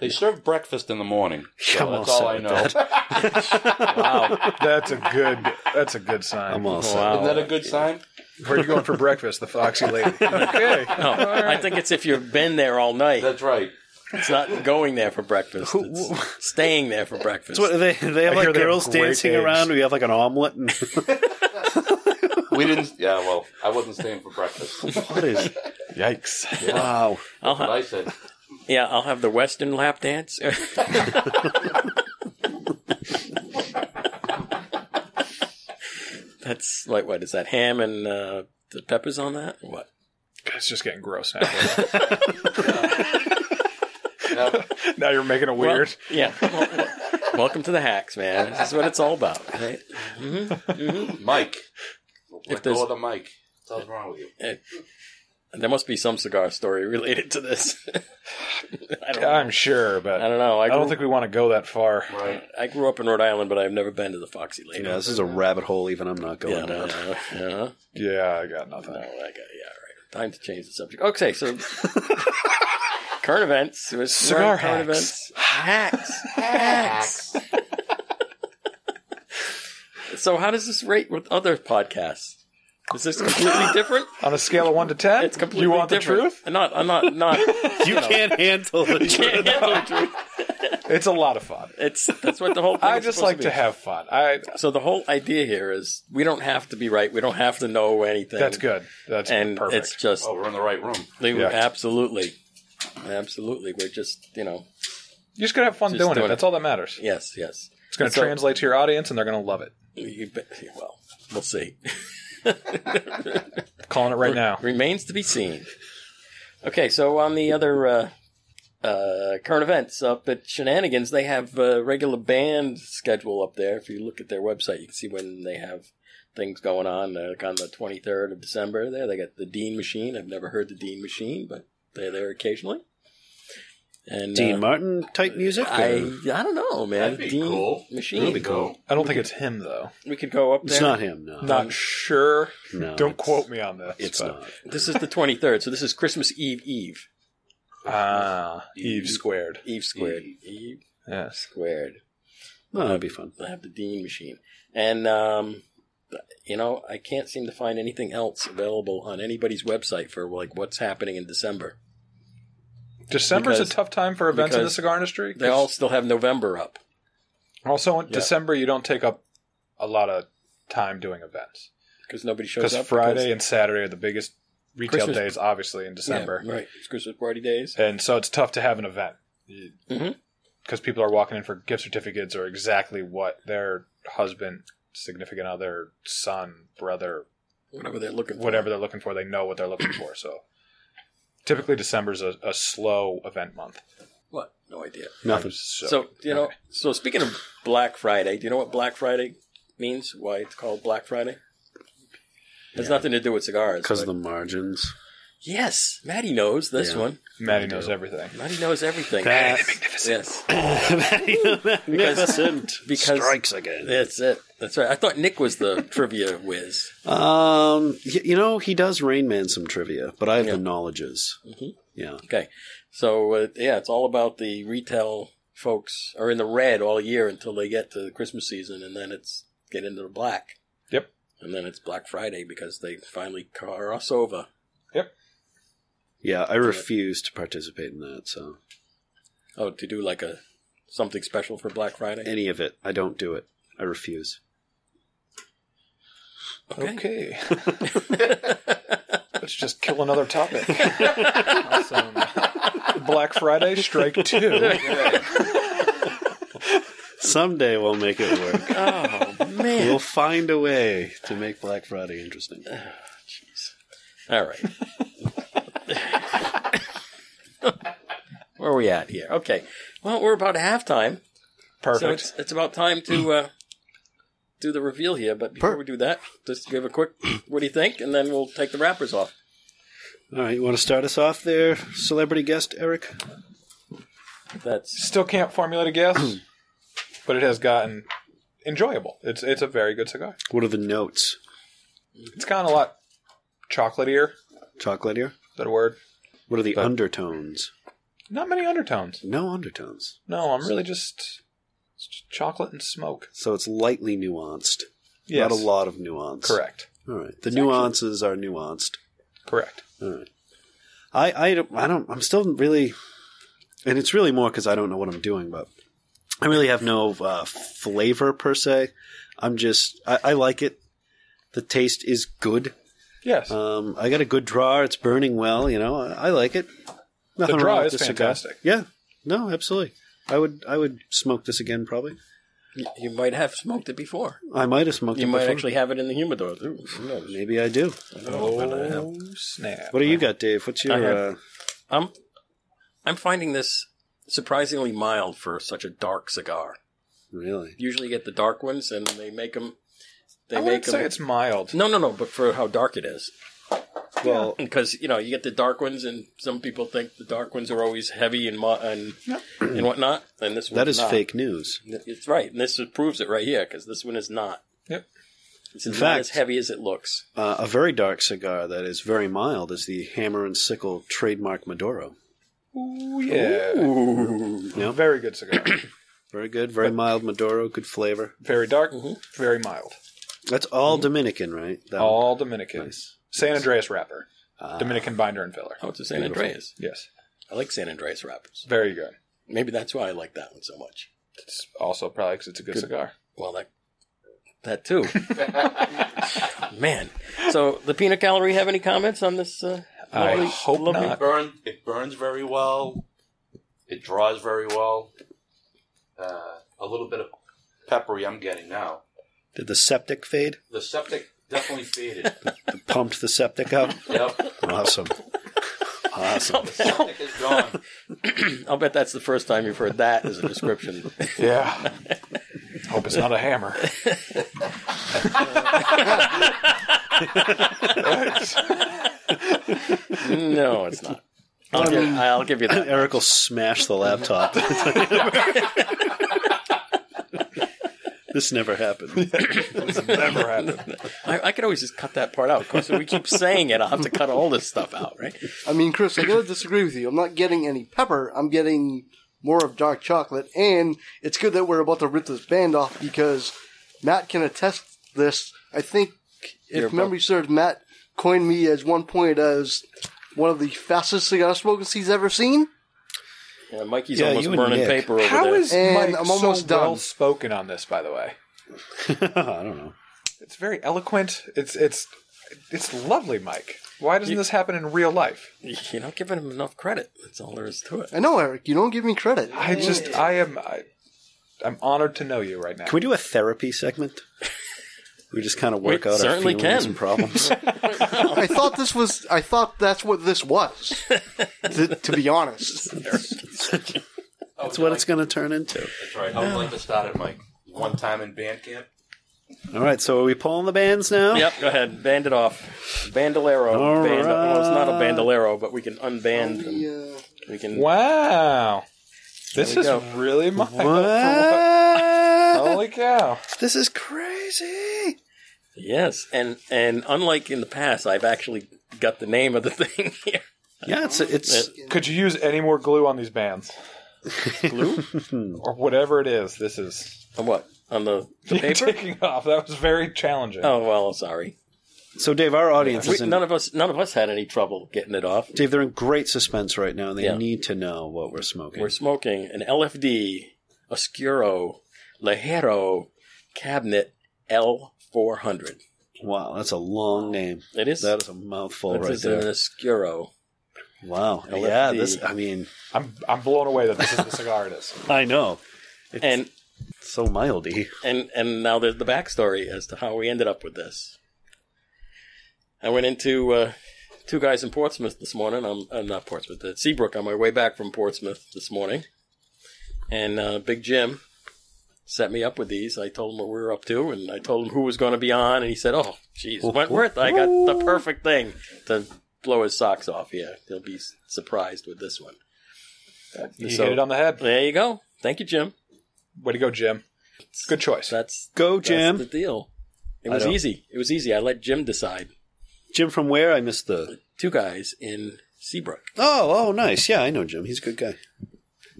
S4: They serve breakfast in the morning. So
S2: I'm
S4: that's
S2: all
S4: all I
S2: set
S4: know.
S2: with
S1: Wow.
S3: That's a good. That's a good sign.
S2: I'm all set.
S1: Wow.
S4: Isn't that a good sign?
S3: Where are you going for breakfast? The Foxy Lady. Okay.
S1: No, I think it's if you've been there all night.
S4: That's right.
S1: It's not going there for breakfast.
S2: Who-
S1: It's staying there for breakfast.
S2: So what, they they
S3: I
S2: have
S3: hear
S2: like
S3: they have
S2: girls
S3: great
S2: dancing
S3: eggs.
S2: around. We have like an omelet. And
S4: We didn't. Yeah, well, I wasn't staying for breakfast. That's
S2: what is?
S3: Yikes.
S2: Wow.
S1: I'll
S4: what
S1: ha-
S4: I said.
S1: yeah, I'll have the Western lap dance. That's like what is that ham and uh, the peppers on that? What?
S3: It's just getting gross now.
S4: Yeah.
S3: now you're making it weird.
S1: Well, yeah. Well, well, welcome to the hacks, man. This is what it's all about, right?
S4: Mike. Let
S1: there's-
S4: go of the mic. What's wrong with you?
S1: There must be some cigar story related to this. I don't.
S3: I'm sure, but
S1: I don't know. I,
S3: I
S1: grew,
S3: don't think we want to go that far.
S4: Right.
S1: I grew up in Rhode Island, but I've never been to the Foxy Lady.
S2: Yeah, this is a rabbit hole. Even I'm not going
S1: yeah, no,
S2: down.
S1: no, no.
S3: Yeah, I got nothing.
S1: No, I got, Oh, yeah, all right. Time to change the subject. Okay, so current events. It was
S3: Cigar
S1: current
S3: hacks.
S1: events. Hacks. Hacks. so, how does this rate with other podcasts? Is this completely different?
S3: On a scale of one to ten,
S1: It's completely
S3: you want
S1: different.
S3: the truth?
S1: I'm not. I'm not. Not.
S2: You can't handle it.
S1: can't handle the truth.
S3: It's a lot of fun.
S1: It's that's what the whole. Thing
S3: I
S1: is
S3: just
S1: supposed
S3: like
S1: to,
S3: to,
S1: be.
S3: have fun. I
S1: So the whole idea here is we don't have to be right. We don't have to know anything.
S3: that's good. That's
S1: And
S3: perfect.
S1: it's just
S4: Oh, we're in the right room.
S1: they-
S3: Yeah.
S1: absolutely, absolutely. We're just you know
S3: You're just gonna have fun
S1: just
S3: doing, it.
S1: doing it.
S3: That's all that matters.
S1: yes, yes.
S3: It's gonna
S1: So-
S3: translate to your audience, and they're gonna love it.
S1: You bet- Well, we'll see.
S3: Calling it right now.
S1: Remains to be seen. Okay, so on the other uh, uh, current events up at Shenanigans, they have a regular band schedule up there. If you look at their website, you can see when they have things going on. uh, Like on the 23rd of December, there they got the Dean Machine. I've never heard the Dean Machine, but they're there occasionally. And
S2: Dean
S1: uh,
S2: Martin type music. or-
S1: I I don't know, man.
S4: That'd be
S1: Dean
S4: cool.
S1: Machine.
S2: That'd be cool.
S3: I don't think it's him though.
S1: We could go up there.
S2: it's not him.
S1: Uh,
S2: No.
S3: Not sure.
S2: No,
S3: Don't
S2: it's-
S3: quote me on this.
S2: It's
S3: but-
S2: not.
S1: This is the 23rd, so this is Christmas Eve Eve.
S3: Ah, Eve squared.
S1: Eve squared. Eve,
S3: Yes.
S1: squared.
S2: No, that'd be fun.
S1: I have the Dean machine. And, um, you know, I can't seem to find anything else available on anybody's website for, like, what's happening in December.
S3: December's
S1: Because-
S3: a tough time for events in the
S1: because
S3: cigar industry.
S1: They all still have November up.
S3: Also, in December, you don't take up a lot of time doing events.
S1: Because nobody shows
S3: because
S1: up.
S3: Friday and Saturday are the biggest retail
S1: Christmas-
S3: days, obviously in December,
S1: Yeah, right. It's Christmas party days.
S3: and so it's tough to have an event because
S1: Mhm.
S3: people are walking in for gift certificates or exactly what their husband, significant other, son, brother,
S1: Whatever they're looking for.
S3: whatever they're looking for. They know what they're looking for, so Typically, December's a, a slow event month.
S1: What? No idea.
S2: Nothing.
S3: So,
S1: So, you know, so speaking of Black Friday, do you know what Black Friday means? Why it's called Black Friday? It has nothing to do with cigars.
S2: Because of
S1: but-
S2: the margins.
S1: yes, Maddie knows this
S2: Yeah.
S1: one.
S3: Maddie knows everything.
S1: Maddie knows everything.
S2: That-
S1: yes,
S2: Magnificent
S1: because-
S2: strikes again.
S1: that's it. That's right. I thought Nick was the trivia whiz.
S2: Um, y- you know he does Rain Man some trivia, but I have
S1: Yeah.
S2: the knowledges.
S1: Mhm.
S2: Yeah,
S1: Okay. So, uh, yeah, it's all about the retail folks are in the red all year until they get to the Christmas season, and then it's get into the black.
S3: Yep.
S1: And then it's Black Friday because they finally cross over.
S2: yeah. I refuse to participate in that. So
S1: Oh, to do like a something special for Black Friday.
S2: any of it, I don't do it. I refuse.
S3: Okay. Let's just kill another topic. awesome. Black Friday, strike two.
S2: Someday we'll make it work.
S1: oh man.
S2: we'll find a way to make Black Friday interesting.
S1: All right. Where are we at here? Okay. Well, we're about halftime. So
S3: Perfect.
S1: it's, it's about time to uh, do the reveal here. But before
S5: Per-
S1: we do that, just give a quick what do you think, and then we'll take the wrappers off.
S2: All right, you want to start us off there, celebrity guest Eric?
S1: That's
S3: Still can't formulate a guess, but it has gotten enjoyable. It's it's a very good cigar.
S2: What are the notes?
S3: It's gotten a lot chocolatier. Is
S2: Chocolatier.
S3: that a word?
S2: What are the
S3: Uh,
S2: undertones?
S3: Not many undertones.
S2: No undertones.
S3: No, I'm really just, it's just chocolate and smoke.
S2: So it's lightly nuanced.
S3: Yes.
S2: Not a lot of nuance.
S3: Correct.
S2: All right. The nuances are nuanced.
S3: Correct.
S2: All right. I I don't I don't I'm still really, and it's really more because I don't know what I'm doing, but I really have no uh, flavor per se. I'm just I, I like it. The taste is good.
S3: Yes.
S1: Uh,
S2: Um, I got a good draw. It's burning well. You know, I, I like it. Nothing
S3: draw
S2: wrong with
S3: is
S2: this cigar.
S3: fantastic.
S2: Yeah. No, absolutely. I would I would smoke this again probably.
S1: you might have smoked it before.
S2: I might have smoked
S1: You
S2: it
S1: might
S2: before.
S1: actually have it in the humidor. Ooh, who knows?
S2: Maybe I do.
S3: oh, snap.
S2: What do you got, Dave? What's
S1: I
S2: your
S1: have-
S2: uh,
S1: I'm I'm finding this surprisingly mild for such a dark cigar.
S2: really?
S1: Usually you get the dark ones, and they make them. They
S3: I
S1: make
S3: wouldn't
S1: 'em-
S3: say it's mild.
S1: no, no, no. But for how dark it is,
S2: Well,
S1: because you know you get the dark ones, and some people think the dark ones are always heavy and mo- and and whatnot. And this
S2: that
S1: one's
S2: is
S1: not.
S2: fake news.
S1: It's right, and this proves it right here because this one is not.
S3: Yep.
S1: It's
S2: In
S1: not
S2: fact-
S1: as heavy as it looks.
S2: Uh, a very dark cigar that is very mild is the Hammer and Sickle trademark Maduro.
S3: Ooh, yeah.
S1: Mm-hmm.
S2: Yeah.
S3: Very good cigar.
S2: Very good, very mild Maduro, good flavor.
S3: very dark,
S1: Mm-hmm.
S3: very mild.
S2: That's all Dominican, right? That one.
S3: All Dominican. San Andreas wrapper. Dominican binder and filler.
S1: Ah. Oh, it's a San Andreas.
S3: Yes.
S1: I like San Andreas wrappers.
S3: Very good.
S1: Maybe that's why I like that one so much.
S3: It's also probably because it's a good, cigar.
S1: Well, that that too. Man, so the peanut gallery have any comments on this? Uh,
S3: I
S1: lovely-
S3: hope
S1: lovely-
S3: not.
S4: burn, it burns very well. It draws very well. Uh, a little bit of peppery I'm getting now.
S2: Did the septic fade?
S4: The septic definitely faded.
S2: Pumped the septic up?
S4: yep.
S2: awesome. Awesome.
S4: The septic is gone.
S1: I'll bet that's the first time you've heard that as a description.
S3: Yeah. hope it's not a hammer.
S1: no, it's not. I'll, give, I'll give you that.
S2: Eric will smash the laptop. this never happened.
S3: It's never happened.
S1: I, I could always just cut that part out. Of course, if we keep saying it, I'll have to cut all this stuff out, right?
S5: I mean, Chris, I gotta disagree with you. I'm not getting any pepper. I'm getting more of dark chocolate, and it's good that we're about to rip this band off because Matt can attest this. I think, if
S1: You're about-
S5: memory serves, Matt coined me as one point as one of the fastest cigar smokers he's ever seen.
S1: Yeah, Mikey's
S2: Yeah,
S1: almost
S2: you and
S1: burning
S2: Nick.
S1: paper over
S3: How
S1: there.
S3: is
S5: And
S3: Mike
S5: I'm
S3: so
S5: almost done.
S3: well spoken on this? By the way,
S2: I don't know.
S3: it's very eloquent. It's it's it's lovely, Mike. Why doesn't this happen in real life?
S1: You're not giving him enough credit. That's all there is to it.
S5: I know, Eric, you don't give me credit.
S3: I just I am I, I'm honored to know you right now.
S2: Can we do a therapy segment? We just kind of work
S1: We
S2: out our
S1: certainly
S2: feelings
S1: can.
S2: and problems.
S5: I thought this was. I thought that's what this was. To, to be honest,
S2: That's what it's going to turn into.
S4: That's right. I would like to start at my one time in band camp.
S2: All right, so are we pulling the bands now?
S1: Yep, go ahead. Band it off. Bandolero.
S2: All
S1: Band- Well, it's not a
S2: right. Oh,
S1: bandolero, but we can unband. them.
S5: yeah.
S1: We can.
S3: Wow. This
S1: we
S3: is
S1: go.
S3: really my
S2: What?
S3: Holy cow.
S2: this is crazy.
S1: Yes, and and unlike in the past, I've actually got the name of the thing here.
S2: Yeah, it's
S1: Uh,
S2: it's
S3: Could you use any more glue on these bands?
S1: Glue
S3: Or whatever it is. This is
S1: on what on the, the
S3: You're
S1: paper?
S3: taking off. That was very challenging.
S1: Oh well, sorry.
S2: so Dave. Our audience
S1: We,
S2: is in,
S1: none of us none of us had any trouble getting it off.
S2: Dave. They're in great suspense right now, and they
S1: Yeah.
S2: need to know what we're smoking.
S1: We're smoking an LFD Oscuro Lejero Cabinet L four hundred.
S2: wow, that's a long name.
S1: It is
S2: That is a mouthful
S1: this
S2: right
S1: is
S2: there.
S1: an Oscuro.
S2: Wow.
S1: LFD.
S2: Yeah, this. I mean,
S3: I'm I'm blown away that this is the cigar it is.
S2: I know. It's
S1: And
S2: so mildy.
S1: and and now there's the backstory as to how we ended up with this. I went into uh, two guys in Portsmouth this morning. I'm uh, not Portsmouth, uh, Seabrook, on my way back from Portsmouth this morning, and uh, Big Jim set me up with these. I told him what we were up to, and I told him who was going to be on, and he said, "Oh, jeez, Wentworth, I got the perfect thing to blow his socks off. Yeah, he'll be s- surprised with this one."
S3: You
S1: So-
S3: hit it on the head.
S1: There you go. Thank you, Jim.
S3: Way to go, Jim. Good choice.
S1: That's
S2: Go, Jim.
S1: That's the deal. It
S2: I
S1: was
S2: don't-
S1: easy. It was easy. I let Jim decide.
S2: Jim from where? I missed the.
S1: Two guys in Seabrook.
S2: Oh, oh, nice. Yeah, I know Jim. He's a good guy.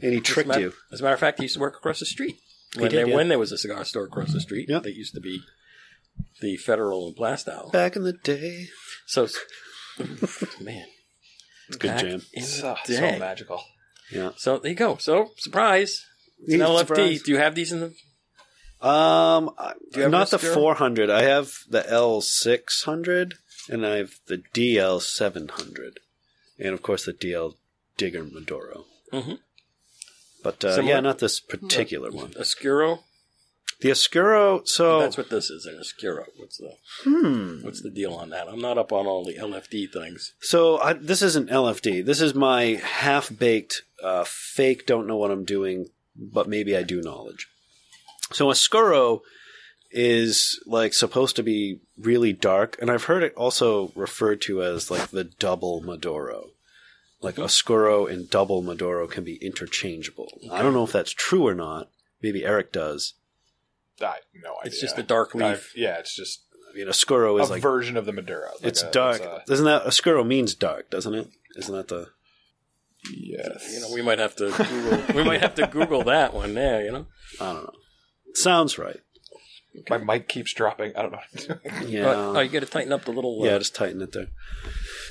S2: And he
S1: As a
S2: tricked
S1: matter,
S2: you.
S1: as a matter of fact, he used to work across the street. When,
S2: did,
S1: there,
S2: yeah.
S1: when there was a cigar store across the street,
S2: Yeah.
S1: that used to be the Federal and Plastow.
S2: Back in the day.
S1: So, man,
S2: It's good,
S1: back
S2: Jim.
S1: in
S3: so,
S1: the
S3: oh, so
S1: day.
S3: magical.
S1: So there you go. So surprise, it's an
S2: He's
S1: LFD.
S2: surprised.
S1: Do you have these in the?
S2: Um, I-
S1: you have
S2: not the
S1: Oscuro?
S2: 400. I have the L600 and I have the DL700. And of course the DL Digger Maduro.
S1: Mhm.
S2: But uh,
S1: Similar?
S2: yeah, not this particular one.
S1: Oscuro.
S2: The Oscuro,
S3: Oh.
S2: so
S1: That's what this is. An Oscuro. What's the?
S3: Hmm.
S1: What's the deal on that? I'm not up on all the LFD things.
S2: So I, this isn't LFD. This is my half-baked, uh, fake. Don't know what I'm doing, but maybe I do knowledge. So a scuro is like supposed to be really dark, and I've heard it also referred to as like the double Maduro. Like Oscuro and double Maduro can be interchangeable. I don't know if that's true or not. Maybe Eric does.
S3: I no idea.
S1: It's just a dark leaf.
S3: I've- yeah, it's just
S2: I mean, Oscuro
S3: a
S2: is like
S3: version of the Maduro. Like uh,
S2: it's
S3: a-
S2: dark.
S3: a-
S2: Isn't that Oscuro means dark? Doesn't it? Isn't that the
S3: yes.
S1: You know, we might have to Google. we might have to Google that one there. You know,
S2: I don't know. Sounds right.
S3: My mic keeps dropping. I don't know what I'm doing.
S2: Yeah.
S1: But- oh, you got to tighten up the little. Uh,
S2: yeah, just tighten it there.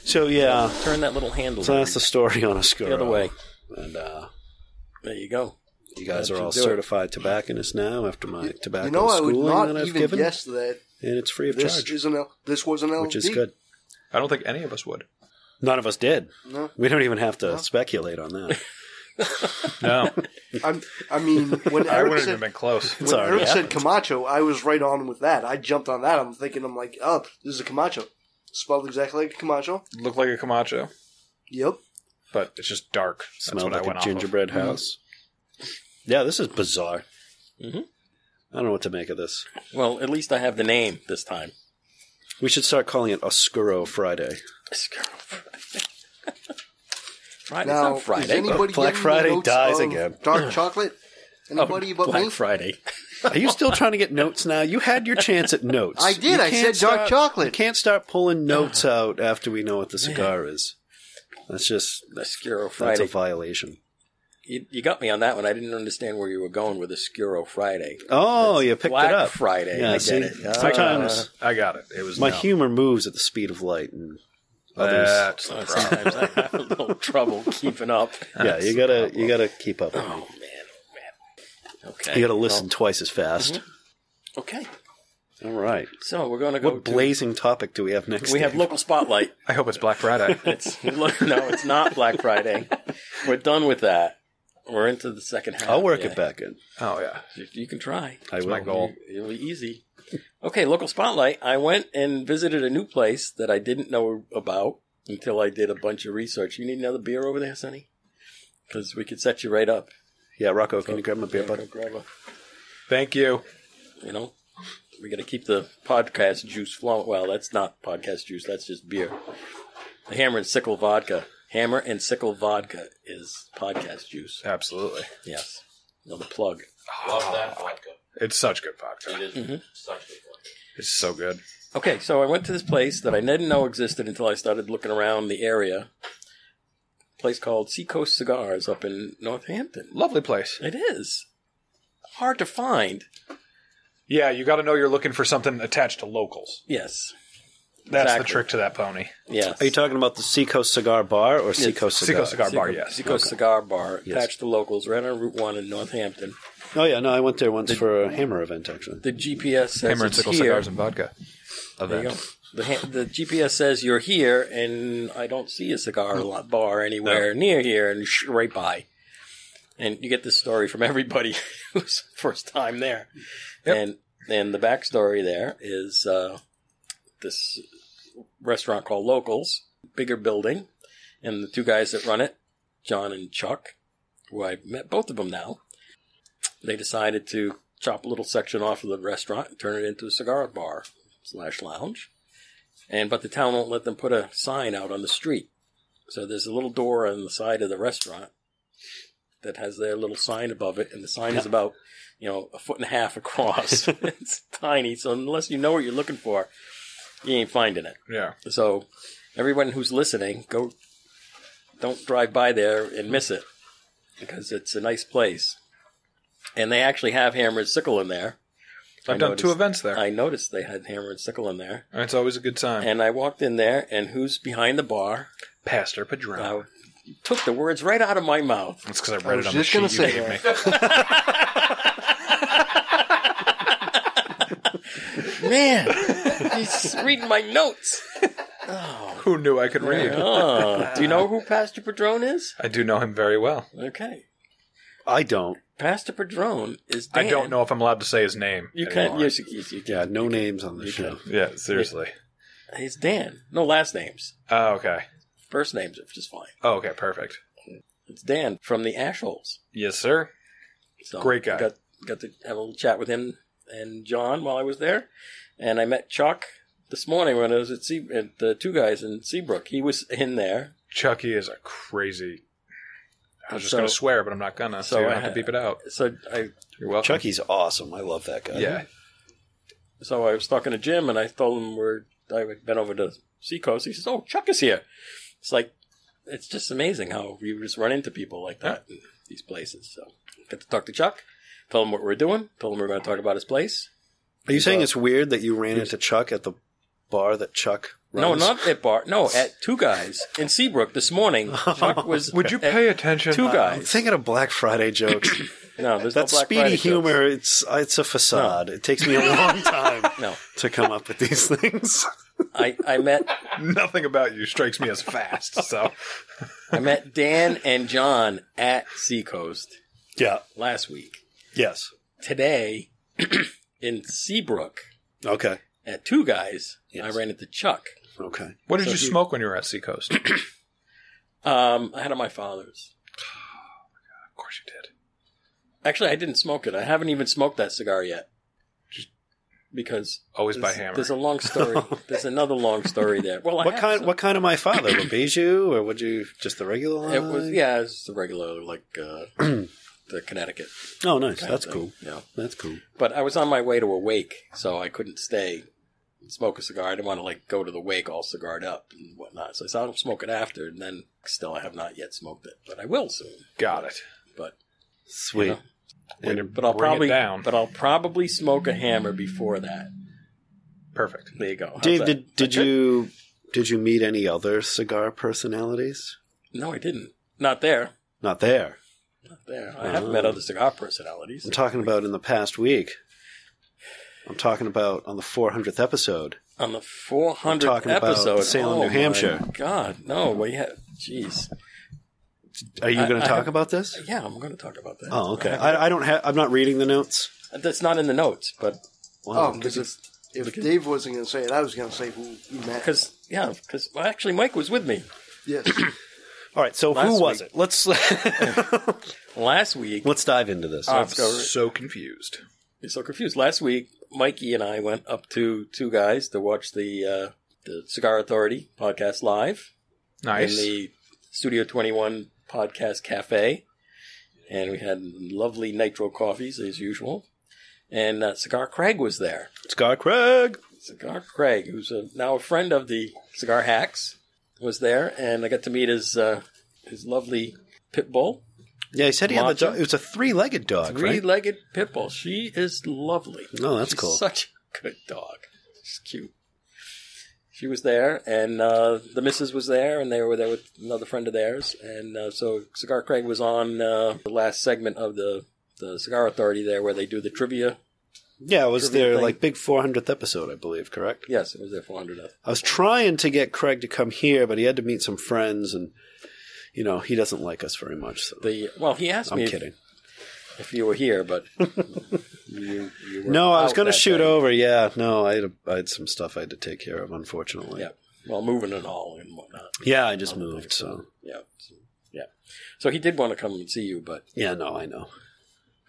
S2: So yeah,
S1: turn that little handle
S2: so that's the story on Oscuro.
S1: the other way.
S2: And uh,
S1: There you go.
S2: you guys
S1: That
S2: are
S1: should
S2: all
S1: do it.
S2: certified tobacconists now after my tobacco
S5: uh, You know, I would
S2: uh, schooling
S5: not
S2: that I've
S5: even
S2: given,
S5: guess that
S2: and it's free of
S5: this
S2: charge,
S5: is an L- this was an LFD.
S2: which is good.
S3: I don't think any of us would.
S2: None of us did.
S5: No.
S2: We don't even have to speculate on that.
S3: No,
S5: I'm, I mean, when
S3: I
S5: Eric
S3: wouldn't have
S5: said,
S3: been close.
S2: It's
S5: when Eric
S2: already
S5: said Camacho, I was right on with that. I jumped on that. I'm thinking, I'm like, oh, this is a Camacho, spelled exactly like a Camacho.
S3: Looked like a Camacho,
S5: Yep.
S3: but it's just dark. That's
S2: Smelled
S3: what I
S2: like
S3: went
S2: a
S3: off of.
S2: gingerbread
S5: Mm-hmm.
S2: house. Yeah, this is bizarre.
S5: Mm-hmm.
S1: Mhm.
S2: I don't know what to make of this.
S1: Well, at least I have the name this time.
S2: We should start calling it Oscuro Friday.
S1: Friday.
S5: now,
S1: it's not
S5: is
S1: Friday.
S5: anybody
S2: Black
S5: getting any
S2: Friday
S5: notes
S2: dies
S5: of
S2: again. Oh,
S5: Dark chocolate. Anybody but
S1: Black
S5: me?
S1: Friday.
S2: Are you still trying to get notes now? You had your chance at notes.
S5: I did.
S2: You
S5: I
S2: can't
S5: said dark
S2: start-
S5: chocolate.
S2: You can't start pulling notes out after we know what the cigar is. That's just
S1: Oscuro
S2: that's
S1: Friday.
S2: a violation.
S1: You, you got me on that one. I didn't understand where you were going with Oscuro Friday.
S2: Oh, you picked
S1: Black
S2: it up.
S1: Friday.
S2: Yeah,
S1: I
S2: see?
S1: get it. Ah.
S2: Sometimes
S3: I got it. It was
S2: my
S3: no.
S2: humor moves at the speed of light, and others.
S3: That's the problem.
S1: Sometimes I have a little trouble keeping up.
S2: yeah, you gotta you gotta keep up.
S1: Oh man, oh man. Okay.
S2: You gotta listen twice as fast.
S1: Okay.
S2: All right.
S1: So we're going to go.
S2: What
S1: to-
S2: blazing topic do we have next?
S1: we have
S2: Dave?
S1: local spotlight.
S3: I hope it's Black Friday.
S1: It's no, it's not Black Friday. We're done with that. We're into the second half.
S2: I'll work
S1: Yeah.
S2: it back in.
S3: oh yeah,
S1: You, you can try.
S2: I will.
S3: my goal.
S1: It'll be easy. Okay, local spotlight. I went and visited a new place that I didn't know about until I did a bunch of research. You need another beer over there, Sonny? Because we could set you right up.
S2: Yeah, Rocco, can you grab my beer, bud?
S1: Go grab a,
S3: Thank you.
S1: you know, we got to keep the podcast juice flowing. Well, that's not podcast juice. That's just beer. The Hammer and Sickle vodka. Hammer and Sickle vodka is podcast juice.
S3: Absolutely.
S1: Yes. Another plug.
S4: Love that vodka.
S3: It's such good vodka.
S4: It is
S2: Mm-hmm.
S4: such good vodka.
S3: It's so good.
S1: Okay, so I went to this place that I didn't know existed until I started looking around the area. place called Seacoast Cigars up in Northampton.
S3: Lovely place.
S1: It is hard to find.
S3: Yeah, you got to know you're looking for something attached to locals.
S1: Yes,
S3: That's
S1: Exactly.
S3: the trick to that pony.
S1: yes.
S2: Are you talking about the Seacoast Cigar Bar or Seacoast Cigar?
S3: Seacoast Cigar Bar, yes.
S1: Seacoast Cigar Bar
S2: Yes.
S1: attached to locals, right on Route One in Northampton.
S2: Oh yeah, no, I went there once for a Hammer event actually.
S1: The GPS says
S3: Hammer and
S1: it's
S3: sickle
S1: here.
S3: cigars and vodka.
S1: There you
S3: Event.
S1: go. The, ha- the GPS says you're here, and I don't see a cigar lo- bar anywhere near here, and sh- right by. And you get this story from everybody who's first time there,
S3: Yep.
S1: and and the backstory there is uh, this restaurant called Locals, bigger building, and the two guys that run it, John and Chuck, who I've met both of them now, they decided to chop a little section off of the restaurant and turn it into a cigar bar slash lounge. And but the town won't let them put a sign out on the street. So there's a little door on the side of the restaurant that has their little sign above it, and the sign is about, you know, a foot and a half across. it's tiny, so unless you know what you're looking for, you ain't finding it.
S3: Yeah.
S1: So everyone who's listening, go don't drive by there and miss it because it's a nice place. And they actually have hammer and sickle in there.
S3: I've
S1: I
S3: done two
S1: noticed-
S3: events there.
S1: I noticed they had hammer and sickle in there.
S3: and it's always a good time.
S1: And I walked in there, and who's behind the bar?
S3: Pastor Padron.
S1: I took the words right out of my mouth.
S3: That's because I read
S5: was
S3: it on the
S5: just gonna
S3: sheet
S5: say
S3: you gave me.
S1: Man, he's reading my notes.
S3: Who knew I could read?
S1: Oh, do you know who Pastor Padron is?
S3: I do know him very well.
S1: Okay.
S2: I don't.
S1: Pastor Padron is Dan.
S3: I don't know if I'm allowed to say his name.
S1: You can't.
S3: anymore.
S1: Yes, you, yes, you
S2: Yeah, no names on the show.
S3: Yeah, seriously.
S1: can. It's Dan. No last names.
S3: Oh, okay.
S1: First names are just fine.
S3: Oh, okay, perfect.
S1: It's Dan from the Ashholes.
S3: Yes, sir.
S1: So
S3: Great guy.
S1: Got got to have a little chat with him and John while I was there, and I met Chuck this morning when I was at, sea, at the two guys in Seabrook. He was in there,
S3: Chucky is a crazy. I was just
S1: So-
S3: going to swear, but I'm not going to. So,
S1: so
S3: you don't
S1: I
S3: have to
S1: ha-
S3: beep it out.
S1: so I
S3: You're welcome.
S2: Chucky's awesome. I love that guy.
S3: Yeah.
S1: so I was talking to Jim and I told him where I had been over to Seacoast. He says, "Oh, Chuck is here." It's like it's just amazing how you just run into people like that in these places. So got to talk to Chuck, told him what we're doing, told him we we're going to talk about his place.
S2: Are you saying it's weird that you ran into Chuck at the bar that Chuck
S1: No,
S2: runs?
S1: not at bar. No, at Two Guys in Seabrook this morning. Chuck was.
S3: Would you pay attention? Uh,
S1: Two
S2: I'm
S1: guys.
S2: thinking of Black Friday jokes.
S1: No, there's
S2: that
S1: no Black
S2: speedy
S1: Friday
S2: humor, it's uh, it's a facade. It takes me a long time
S1: jokes. No,
S2: to come up with these things.
S1: I, I met
S3: Nothing about you strikes me as fast. So
S1: I met Dan and John at Seacoast
S2: Yeah.
S1: last week.
S2: Yes.
S1: Today in Seabrook
S2: Okay.
S1: at Two Guys, I
S2: Yes.
S1: ran into Chuck.
S2: Okay.
S3: What did
S1: So
S3: you
S1: he-
S3: smoke when you were at Seacoast? of
S1: Um, I had it at my father's.
S3: course you did.
S1: Actually, I didn't smoke it. I haven't even smoked that cigar yet.
S3: Just-
S1: Because
S3: Always by
S1: there's,
S3: hammer.
S1: there's a long story. there's another long story there. Well, I
S2: What
S1: have
S2: kind
S1: some-
S2: what kind of my father? Labiju or would you just the regular line?
S1: It was yeah, it was the regular like uh, the Connecticut.
S2: Oh nice.
S1: kind
S2: That's
S1: of thing.
S2: cool.
S1: Yeah.
S2: That's cool.
S1: But I was on my way to a wake, so I couldn't stay and smoke a cigar. I didn't want to like go to the wake all cigared up and whatnot. So I said I'll smoke it after, and then still I have not yet smoked it, but I will soon.
S3: Got it.
S1: But
S2: Sweet.
S1: You know.
S2: And
S1: but I'll
S3: Bring it
S1: probably
S3: down.
S1: but I'll probably smoke a hammer before that.
S3: Perfect.
S1: There you go. How's
S2: Dave,
S1: that?
S2: did, did you did you meet any other cigar personalities?
S1: No, I didn't. Not there.
S2: Not there.
S1: Not there. I have
S2: Oh.
S1: met other cigar personalities.
S2: I'm talking about in the past week. I'm talking about on the 400th episode.
S1: on the 400th
S2: We're talking about
S1: episode.
S2: Salem,
S1: oh
S2: New Hampshire.
S1: My God, no, we have. Jeez,
S2: Are you
S1: I-
S2: going
S1: I
S2: to talk
S1: have-
S2: about this?
S1: yeah, I'm going to talk about that.
S2: Oh, okay.
S1: I,
S2: I, I don't have. I'm not reading the notes.
S1: that's not in the notes, but
S5: Oh,
S2: Wow.
S5: because if, if Dave wasn't going to say it, I was going to say who you met.
S1: Because yeah, because well, actually Mike was with me
S5: yes,
S2: All right. So
S1: Last
S2: who was
S1: week-
S2: it? Let's
S1: last week.
S2: let's dive into this.
S1: Uh,
S3: I'm
S1: go.
S3: so confused.
S1: You're so confused. Last week, Mikey and I went up to two guys to watch the uh, the Cigar Authority podcast live
S3: Nice.
S1: in the Studio 21 podcast cafe, and we had lovely nitro coffees as usual. And uh, Cigar Craig was there.
S2: Scar Craig.
S1: Cigar Craig, who's a, now a friend of the Cigar Hacks, was there, and I got to meet his uh, his lovely pit bull,
S2: Yeah, he said he had the
S1: Macho.
S2: dog. It was a three-legged dog, right?
S1: three-legged pit bull. She is lovely.
S2: No, that's
S1: She's
S2: cool.
S1: Such a good dog. She's cute. She was there, and uh, the missus was there, and they were there with another friend of theirs. And uh, so Cigar Craig was on uh, the last segment of the, the Cigar Authority there, where they do the trivia.
S2: Yeah, it was
S1: Trivia
S2: their
S1: thing.
S2: like big 400th episode, I believe. Correct.
S1: Yes, it was their 400th.
S2: I was trying to get Craig to come here, but he had to meet some friends, and you know he doesn't like us very much. So
S1: The well, he asked
S2: I'm
S1: me if-
S2: kidding.
S1: If, you were here, but you, you were
S2: No, I was
S1: out
S2: going to
S1: that
S2: shoot
S1: day.
S2: over. Yeah, no, I had, a, I had some stuff I had to take care of, unfortunately.
S1: Yeah, well, moving and all and whatnot.
S2: Yeah, I just moved, so
S1: Yeah, so, yeah. So he did want to come and see you, but
S2: yeah, no, I know.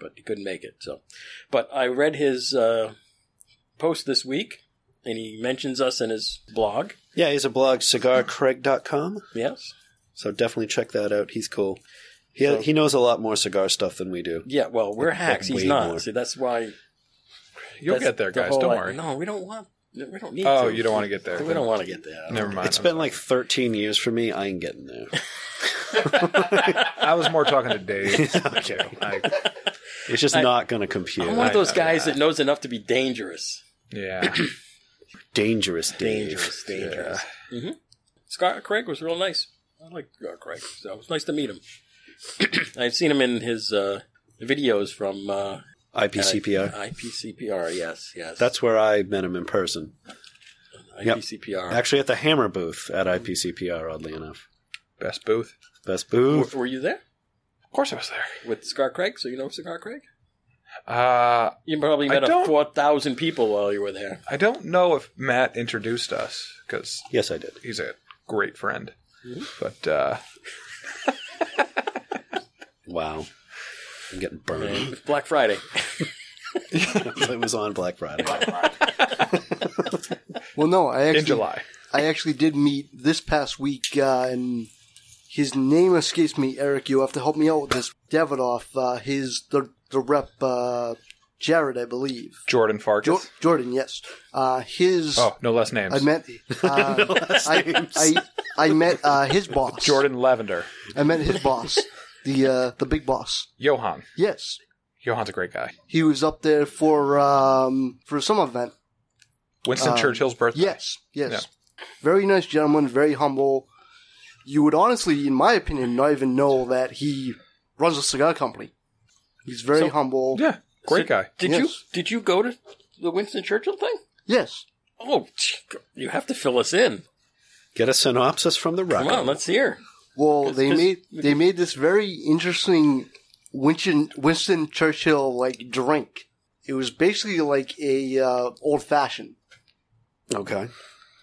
S1: but he couldn't make it. So, but I read his uh, post this week, and he mentions us in his blog.
S2: Yeah, he's a blog, cigarcraig.com.
S1: Yes,
S2: So definitely check that out. He's cool. He he knows a lot more cigar stuff than we do.
S1: yeah. Well, we're hacks. He's
S2: way
S1: not.
S2: more.
S1: See, that's why
S3: You'll
S1: that's
S3: get there,
S1: the
S3: guys.
S1: whole,
S3: Don't
S1: like,
S3: worry.
S1: No, we don't want. We don't need.
S3: Oh,
S1: to.
S3: you don't want to get there.
S1: We don't want to get there.
S3: Never mind.
S2: It's been like 13 years for me. I ain't getting there.
S3: I was more talking to Dave.
S2: Okay.
S3: I,
S2: It's just not going to compute.
S1: I'm one of
S3: I-
S1: those
S3: I-
S1: guys that knows enough to be dangerous.
S3: yeah.
S2: dangerous, Dave.
S1: Dangerous, dangerous. hmm Scott Craig was real nice. I like Scott Craig, so it was nice to meet him. I've seen him in his uh, videos from uh,
S2: IPCPR.
S1: IPCPR. Yes, yes.
S2: That's where I met him in person. Yep.
S1: IPCPR.
S2: Actually, at the Hammer booth at IPCPR, oddly enough.
S3: Best booth.
S2: Best
S1: Were,
S2: booth.
S1: were you there
S3: Of course I was there.
S1: with Cigar Craig? So you know Cigar Craig?
S3: Uh,
S1: You probably
S3: I
S1: met up
S3: don't-
S1: 4,000 people while you were there.
S3: I don't know if Matt introduced us because
S2: Yes, I did.
S3: he's a great friend. But uh,
S2: Wow. I'm getting burned.
S1: And eh, Black Friday.
S2: it was on Black Friday.
S5: well, no, I actually
S3: in July.
S5: I actually did meet this past week, uh, and his name escapes me. Eric, you have to help me out with this. Davidoff, uh, his the the rep, uh, Jared, I believe.
S3: Jordan Farkas.
S5: Jo- Jordan, yes. Uh, his.
S3: oh, no less names.
S5: I met. Uh, I, I I met uh, his boss.
S3: Jordan Lavender.
S5: I met his boss, the uh, the big boss.
S3: Johan.
S5: Yes,
S3: Johan's a great guy.
S5: he was up there for um, for some event.
S2: Um,
S3: Winston Churchill's birthday.
S5: Yes, yes.
S3: Yeah.
S5: Very nice gentleman, very humble. You would honestly, in my opinion, not even know that he runs a cigar company. He's very
S1: So-
S5: humble.
S3: Yeah, great guy.
S1: Did you
S5: Yes.
S1: did you go to the Winston Churchill thing?
S5: Yes.
S1: Oh, gee, you have to fill us in.
S2: Get a synopsis from the
S1: Come
S2: record.
S1: on, let's hear.
S5: Well,
S1: Cause-
S5: they
S1: 'cause-
S5: made they made this very interesting Winston Winston Churchill like drink. It was basically like a uh, old fashioned.
S2: Okay.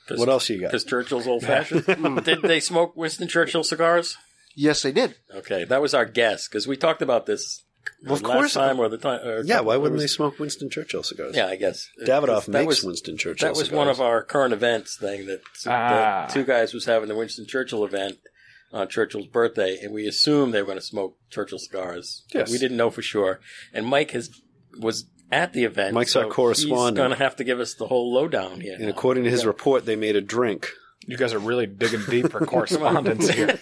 S1: 'Cause-
S2: What else you got? Hmm.
S1: Because Churchill's old fashioned. did they smoke Winston Churchill cigars?
S5: Yes, they did.
S1: Okay, that was our guess because we talked about this
S2: Well, of
S1: last
S2: course.
S1: time or the time. Or
S2: Yeah, why wouldn't
S1: it
S2: they
S1: was-
S2: smoke Winston Churchill cigars?
S1: Yeah, I guess
S2: Davidoff
S1: That
S2: makes
S1: was-
S2: Winston Churchill
S1: That was
S2: cigars.
S1: one of our current events thing that,
S3: Ah.
S1: that two guys was having the Winston Churchill event on Churchill's birthday, and we assumed they were going to smoke Churchill cigars. but
S3: Yes.
S1: we didn't know for sure. And Mike has was at the event.
S2: Mike's our correspondent.
S1: He's going to have to give us the whole lowdown here.
S2: And
S1: now.
S2: according to his report, they made a drink.
S3: You guys are really digging deep for correspondence here.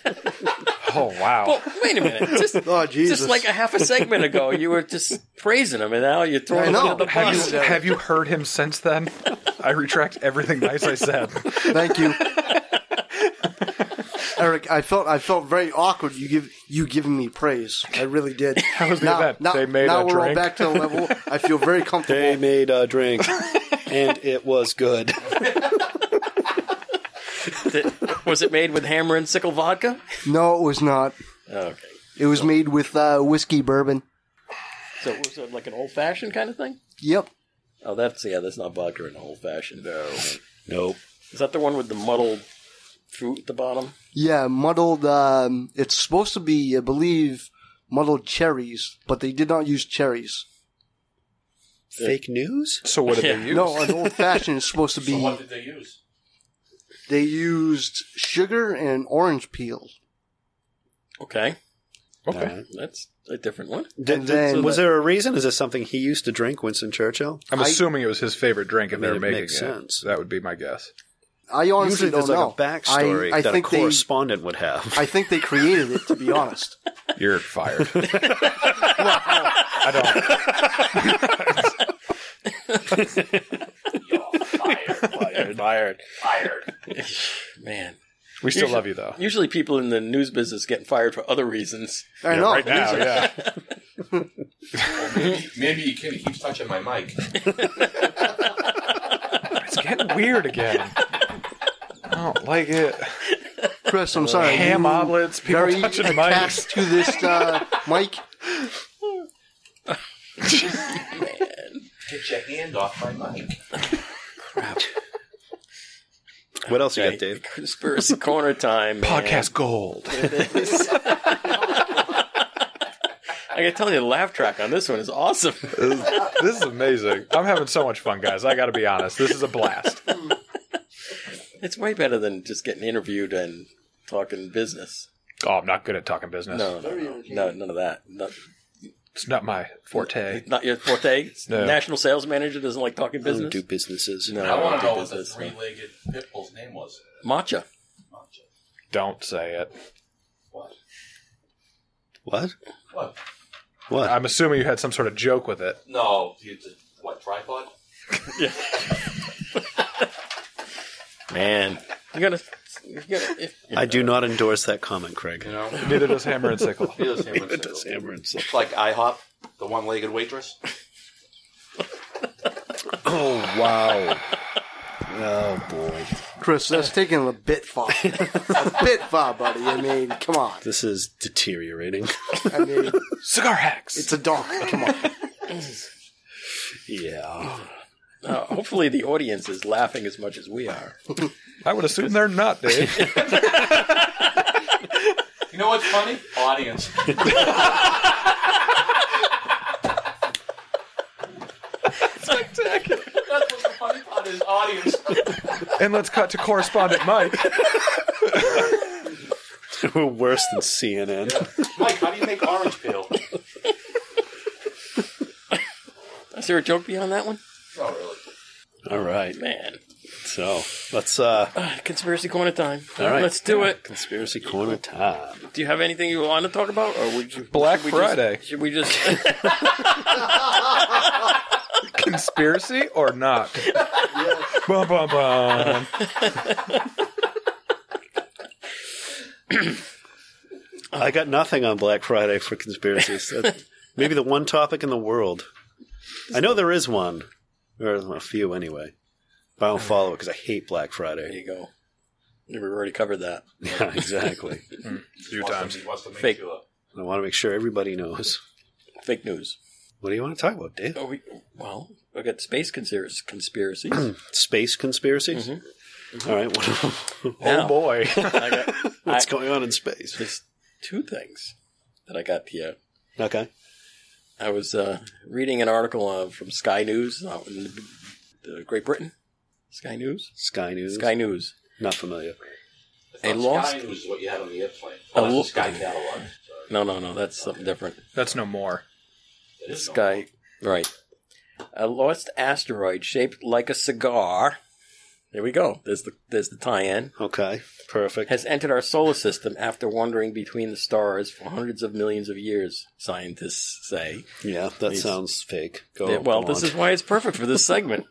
S3: Oh
S1: well,
S3: wow!
S1: wait a minute. Just,
S5: Oh Jesus!
S1: just like a half a segment ago, you were just praising him, and now you're throwing
S5: I
S1: him
S5: know.
S1: under the
S3: Have
S1: bus.
S3: you have you heard him since then? I retract everything nice I said.
S5: Thank you. Eric, I felt I felt very awkward. You give you giving me praise. I really did. How
S3: was the event? They made
S5: now
S3: a
S5: we're all
S3: drink?
S5: back to the level. I feel very comfortable.
S2: They made a drink, and it was good.
S1: Was it made with hammer and sickle vodka?
S5: No, it was not.
S1: Okay.
S5: It was made with uh, whiskey bourbon.
S1: So it was uh, like an old fashioned kind of thing?
S5: Yep.
S1: Oh, that's yeah. That's not vodka in old fashioned. No.
S2: Nope.
S1: Is that the one with the muddled fruit at the bottom?
S5: Yeah, muddled. Um, it's supposed to be, I believe, muddled cherries, but they did not use cherries.
S2: Fake news?
S3: So what did
S1: Yeah.
S3: they use?
S5: No, an old fashioned is supposed to be.
S4: So what did they use?
S5: They used sugar and orange peel.
S1: Okay,
S3: Okay.
S2: All right.
S1: that's a different one.
S2: Did-
S5: And
S2: did-
S5: then-
S2: was there a reason? Is this something he used to drink, Winston Churchill?
S3: I'm
S5: I-
S3: assuming it was his favorite drink, and
S2: I
S3: they
S2: mean,
S3: were
S2: it
S3: making it.
S2: makes sense.
S3: That would be my guess.
S5: I honestly
S2: Usually
S5: don't
S2: there's like
S5: know.
S2: a backstory
S5: I, I
S2: that a
S5: think
S2: correspondent would have.
S5: they, I think they created it. To be honest,
S3: You're fired. I don't.
S1: Fired, fired, fired. Man,
S3: We still love you though.
S1: usually people in the news business get fired for other reasons.
S5: I know.
S3: Right now, yeah.
S4: Maybe, maybe you can. He keeps touching my mic.
S3: It's getting weird again. I don't like it.
S5: Chris, I'm sorry.
S3: Ham
S5: you
S3: omelets, people
S5: very
S3: touching mics.
S5: attached to this uh, mic.
S4: Get your hand off my mic.
S2: what else you
S1: Okay,
S2: got, Dave?
S1: Conspiracy corner time. man.
S3: Podcast gold.
S1: I can tell you, the laugh track on this one is awesome.
S3: this is amazing. I'm having so much fun, guys. I got to be honest. This is a blast.
S1: It's way better than just getting interviewed and talking business.
S3: Oh, I'm not good at talking business.
S1: No, no, no, no none of that. No,
S3: It's not my forte.
S1: not your forte.
S3: No.
S1: National sales manager doesn't like talking
S2: I don't
S1: business.
S2: do businesses.
S1: no,
S4: I
S1: don't
S4: want to
S1: do
S4: know what the
S1: business.
S4: three-legged pit bull's name was.
S1: Matcha.
S3: Don't say it.
S4: What?
S2: What?
S4: What?
S2: What?
S3: I'm assuming you had some sort of joke with it.
S4: No, you- the- what tripod?
S1: Man, you gotta. You gotta if,
S2: I do not endorse that comment, Craig.
S4: You know,
S3: Neither does Hammer and Sickle.
S4: Neither does Hammer and Sickle.
S2: Does hammer and
S4: It's like IHOP, the one-legged waitress.
S2: Oh wow! oh boy!
S5: Chris, that's taking it a bit far. a bit far, buddy. I mean, come on.
S2: This is deteriorating.
S5: I mean,
S3: Cigar hacks.
S5: it's a dog. Come on.
S2: yeah.
S1: uh, hopefully, the audience is laughing as much as we are.
S3: I would assume they're not, Dave.
S4: You know what's funny? Audience.
S3: Spectacular.
S4: That's what the funny part is. Audience.
S3: And let's cut to correspondent Mike.
S2: We're worse than CNN.
S4: Mike, how do you make orange peel?
S1: Is there a joke beyond that one?
S4: Not really.
S2: All right.
S1: Man,
S2: So let's uh
S1: Ah, conspiracy corner time.
S2: All right.
S1: let's do it.
S2: conspiracy corner time.
S1: Do you have anything you want to talk about, or would you?
S3: Black
S1: should we
S3: Friday.
S1: Just, should we just?
S3: Conspiracy or not? Bum, bum, bum.
S2: I got nothing on Black Friday for conspiracies. That- Maybe the one topic in the world. I know there is one, or a few anyway. But I don't follow it because I hate Black
S1: there
S2: Friday.
S1: you go. We've already covered that.
S2: Yeah, exactly.
S3: Few times.
S4: He wants to make
S1: Fake.
S4: sure.
S2: I want to make sure everybody knows.
S1: Fake news.
S2: What do you want to talk about, Dave?
S1: Oh, we, well, we got space conspiracies. conspiracies.
S2: Space conspiracies. All right, what,
S1: Mm-hmm. Now,
S3: Oh, boy.
S1: I got,
S2: what's
S1: I-
S2: going on in space?
S1: there's two things that I got here.
S2: Okay,
S1: I was uh, reading an article uh, from Sky News out in the, the Great Britain. Sky News.
S2: Sky News.
S1: Sky News.
S2: Not familiar.
S1: A
S4: Sky
S1: lost-
S4: News is what you had on the airplane.
S1: A
S4: Oh, that's
S1: lo-
S4: the Sky catalog. Sorry.
S1: No, no, no. That's something different.
S3: That's no more.
S4: It is
S1: Sky. Right. A lost asteroid shaped like a cigar. There we go. There's the there's the tie-in.
S2: Okay, perfect.
S1: Has entered our solar system after wandering between the stars for hundreds of millions of years. Scientists say.
S2: yeah, that
S1: These-
S2: sounds fake. Go.
S1: Yeah, well,
S2: go
S1: this
S2: on.
S1: is why it's perfect for this segment.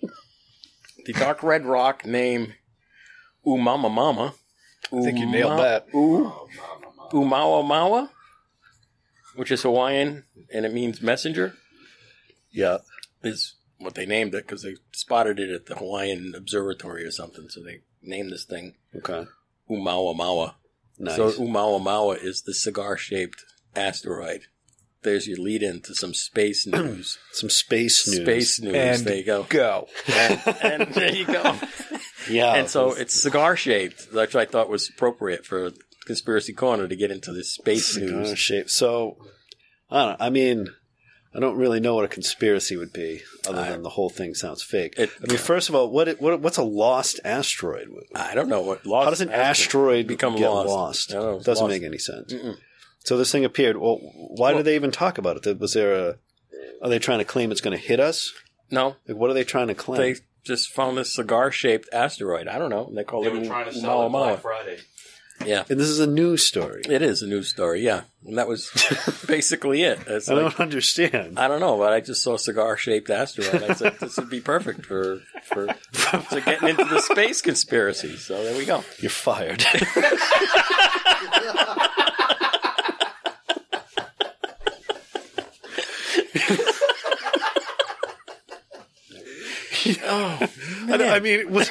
S1: the dark red rock name Umama Mama. I
S3: think you nailed that.
S1: Umawa Mawa, which is Hawaiian and it means messenger,
S2: yeah.
S1: is what they named it because they spotted it at the Hawaiian Observatory or something. So they named this thing
S2: Okay.
S1: Umawa Mawa.
S2: Nice.
S1: So Umawa Mawa is the cigar shaped asteroid There's your lead in to some space news.
S2: Some space news.
S1: Space news.
S3: And
S1: there you go.
S3: Go.
S1: and there you go.
S2: Yeah.
S1: and so it's cigar shaped, which I thought was appropriate for Conspiracy Corner to get into this space
S2: cigar
S1: news.
S2: shape. So I don't. I mean, I don't really know what a conspiracy would be, other than the whole thing sounds fake.
S1: It-
S2: I mean, first of all, what, it- what what's a lost asteroid?
S1: I don't know what lost.
S2: How does an asteroid
S1: become
S2: get
S1: lost?
S2: lost?
S1: I don't know, it's
S2: Doesn't
S1: lost.
S2: make any sense. So this thing appeared. Well, why did they even talk about it? Was there a? Are they trying to claim it's going to hit us?
S1: No,
S2: Like, what are they trying to claim?
S1: they just found this cigar shaped asteroid. I don't know. And they called
S4: They
S1: it
S4: were trying to
S1: Malamala.
S4: sell it Black Friday.
S1: Yeah.
S2: and this is a news story.
S1: It is a news story, yeah. And that was basically it. It's
S2: I
S1: like,
S2: don't understand.
S1: I don't know, but I just saw a cigar-shaped asteroid. I said this would be perfect for for, for getting into the space conspiracy. So there we go.
S2: You're fired. I, don't- I mean, was,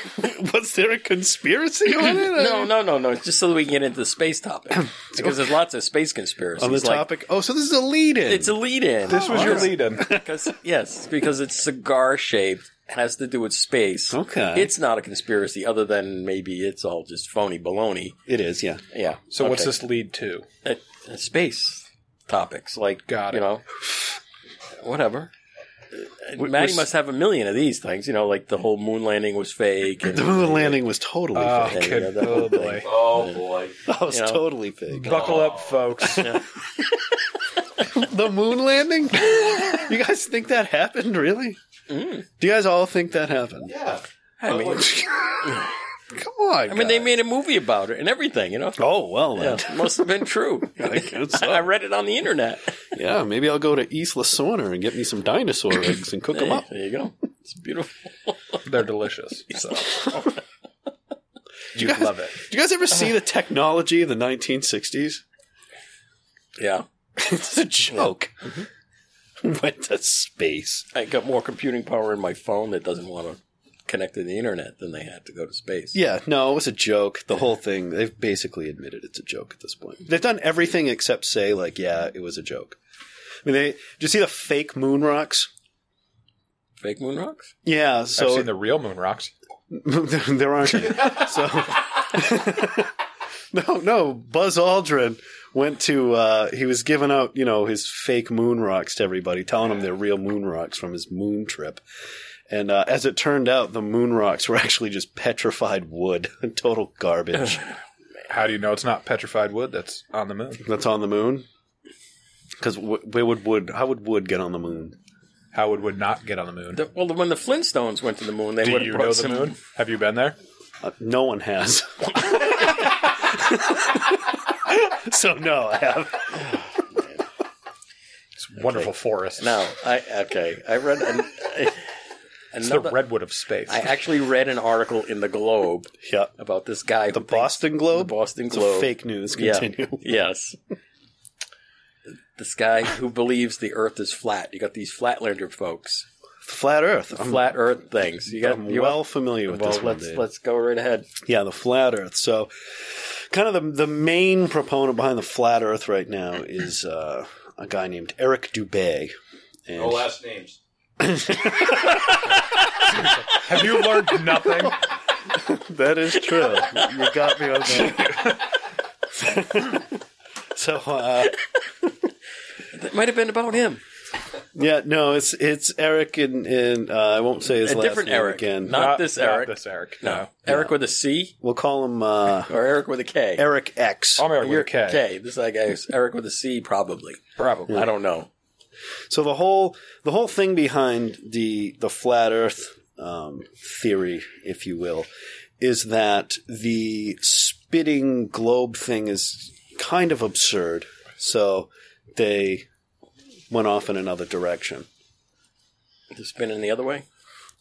S2: was there a conspiracy on it?
S1: No, no, no, no. It's just so that we can get into the space topic because there's lots of space conspiracies.
S2: on the
S1: like-
S2: topic. oh, so this is a lead-in.
S1: it's a lead-in.
S3: This was your lead in.
S1: Because yes, because it's cigar shaped, has to do with space.
S2: Okay.
S1: it's not a conspiracy, other than maybe it's all just phony baloney.
S2: it is, yeah.
S1: Yeah.
S3: So what's
S1: Okay.
S3: this lead to?
S1: Uh, uh, space topics? Like,
S3: Got
S1: you
S3: it.
S1: know, whatever. Uh,
S2: We-
S1: Maddie
S2: we're s-
S1: must have a million of these things. You know, like the whole moon landing was fake. And,
S2: The moon landing was totally
S3: Oh,
S2: fake.
S1: yeah,
S3: good.
S1: that
S3: Oh,
S1: whole thing.
S3: boy.
S4: Oh boy.
S2: That was
S1: Uh, you know.
S2: totally fake.
S3: Buckle up, folks.
S2: the moon landing? you guys think that happened, really?
S1: Mm.
S2: Do you guys all think that happened?
S4: Yeah.
S1: I mean,
S2: Come on.
S1: I mean, they made a movie about it and everything. You know,
S2: Oh, well,
S1: yeah,
S2: then.
S1: must have been true.
S2: I guess so.
S1: I read it on the internet.
S2: Yeah, maybe I'll go to East Lasona and get me some dinosaur eggs and cook them up.
S1: There you go. It's beautiful.
S3: They're delicious. So. You'd
S2: guys-
S3: love it.
S2: Do you guys ever see the technology of the 1960s?
S1: Yeah,
S2: It's a joke.
S1: Mm-hmm.
S2: Went to space.
S1: I got more computing power in my phone that doesn't want to connect to the internet than they had to go to space.
S2: Yeah, no, it was a joke. The whole thing, they've basically admitted it's a joke at this point. They've done everything except say, like, yeah, it was a joke. I mean, they, do you see the fake moon rocks?
S1: Fake moon rocks.
S2: Yeah,
S3: I've
S2: so
S3: seen the real moon rocks.
S2: there, there aren't any. So no, no. Buzz Aldrin went to uh, he was giving out you know his fake moon rocks to everybody, telling them they're real moon rocks from his moon trip. And uh, as it turned out, the moon rocks were actually just petrified wood, total garbage
S3: How do you know it's not petrified wood that's on the moon?
S2: that's on the moon. Because wh- where would wood? How would wood get on the moon?
S3: How would wood not get on the moon?
S1: The, well, when the Flintstones went to the moon, they
S3: Do
S1: would have
S3: you
S1: brought
S3: know the
S1: some
S3: moon? Have you been there?
S2: Uh, no one has. so no, I have.
S3: It's wonderful forest.
S1: No, I okay. I read an,
S3: it's the
S1: another.
S3: redwood of space.
S1: I actually read an article in the Globe
S2: Yeah.
S1: about this guy.
S2: The Boston Globe?
S1: The Boston
S2: It's
S1: Globe.
S2: a fake news.
S1: Yeah.
S2: Continue.
S1: Yes. This guy who believes the Earth is flat. You got these Flatlander folks,
S2: Flat Earth. I'm,
S1: flat Earth things. You got
S2: I'm
S1: you
S2: well familiar with
S1: well,
S2: this one.
S1: let's
S2: dude.
S1: let's go right ahead.
S2: Yeah, the Flat Earth. So, kind of the the main proponent behind the Flat Earth right now is uh, a guy named Eric Dubay. And
S4: No last names.
S3: Have you learned nothing?
S2: That is true. you got me on that. so, uh,
S1: It might have been about him.
S2: yeah, no, it's it's Eric and, and uh, I won't say his
S1: A
S2: last
S1: different
S2: name
S1: Eric.
S2: again.
S1: Not this Eric.
S3: this Eric.
S1: No,
S3: No.
S1: Eric with a C
S2: we'll call him uh,
S1: or Eric with a K.
S2: Eric X.
S1: Oh,
S3: I'm Eric with a
S1: You're-
S3: K.
S1: K. This guy is Eric with a C, probably.
S3: Probably.
S1: I don't know.
S2: So the whole the whole thing behind the the flat Earth um, theory, if you will, is that the spitting globe thing is kind of absurd. So they went off in another direction.
S1: Just spinning the other way.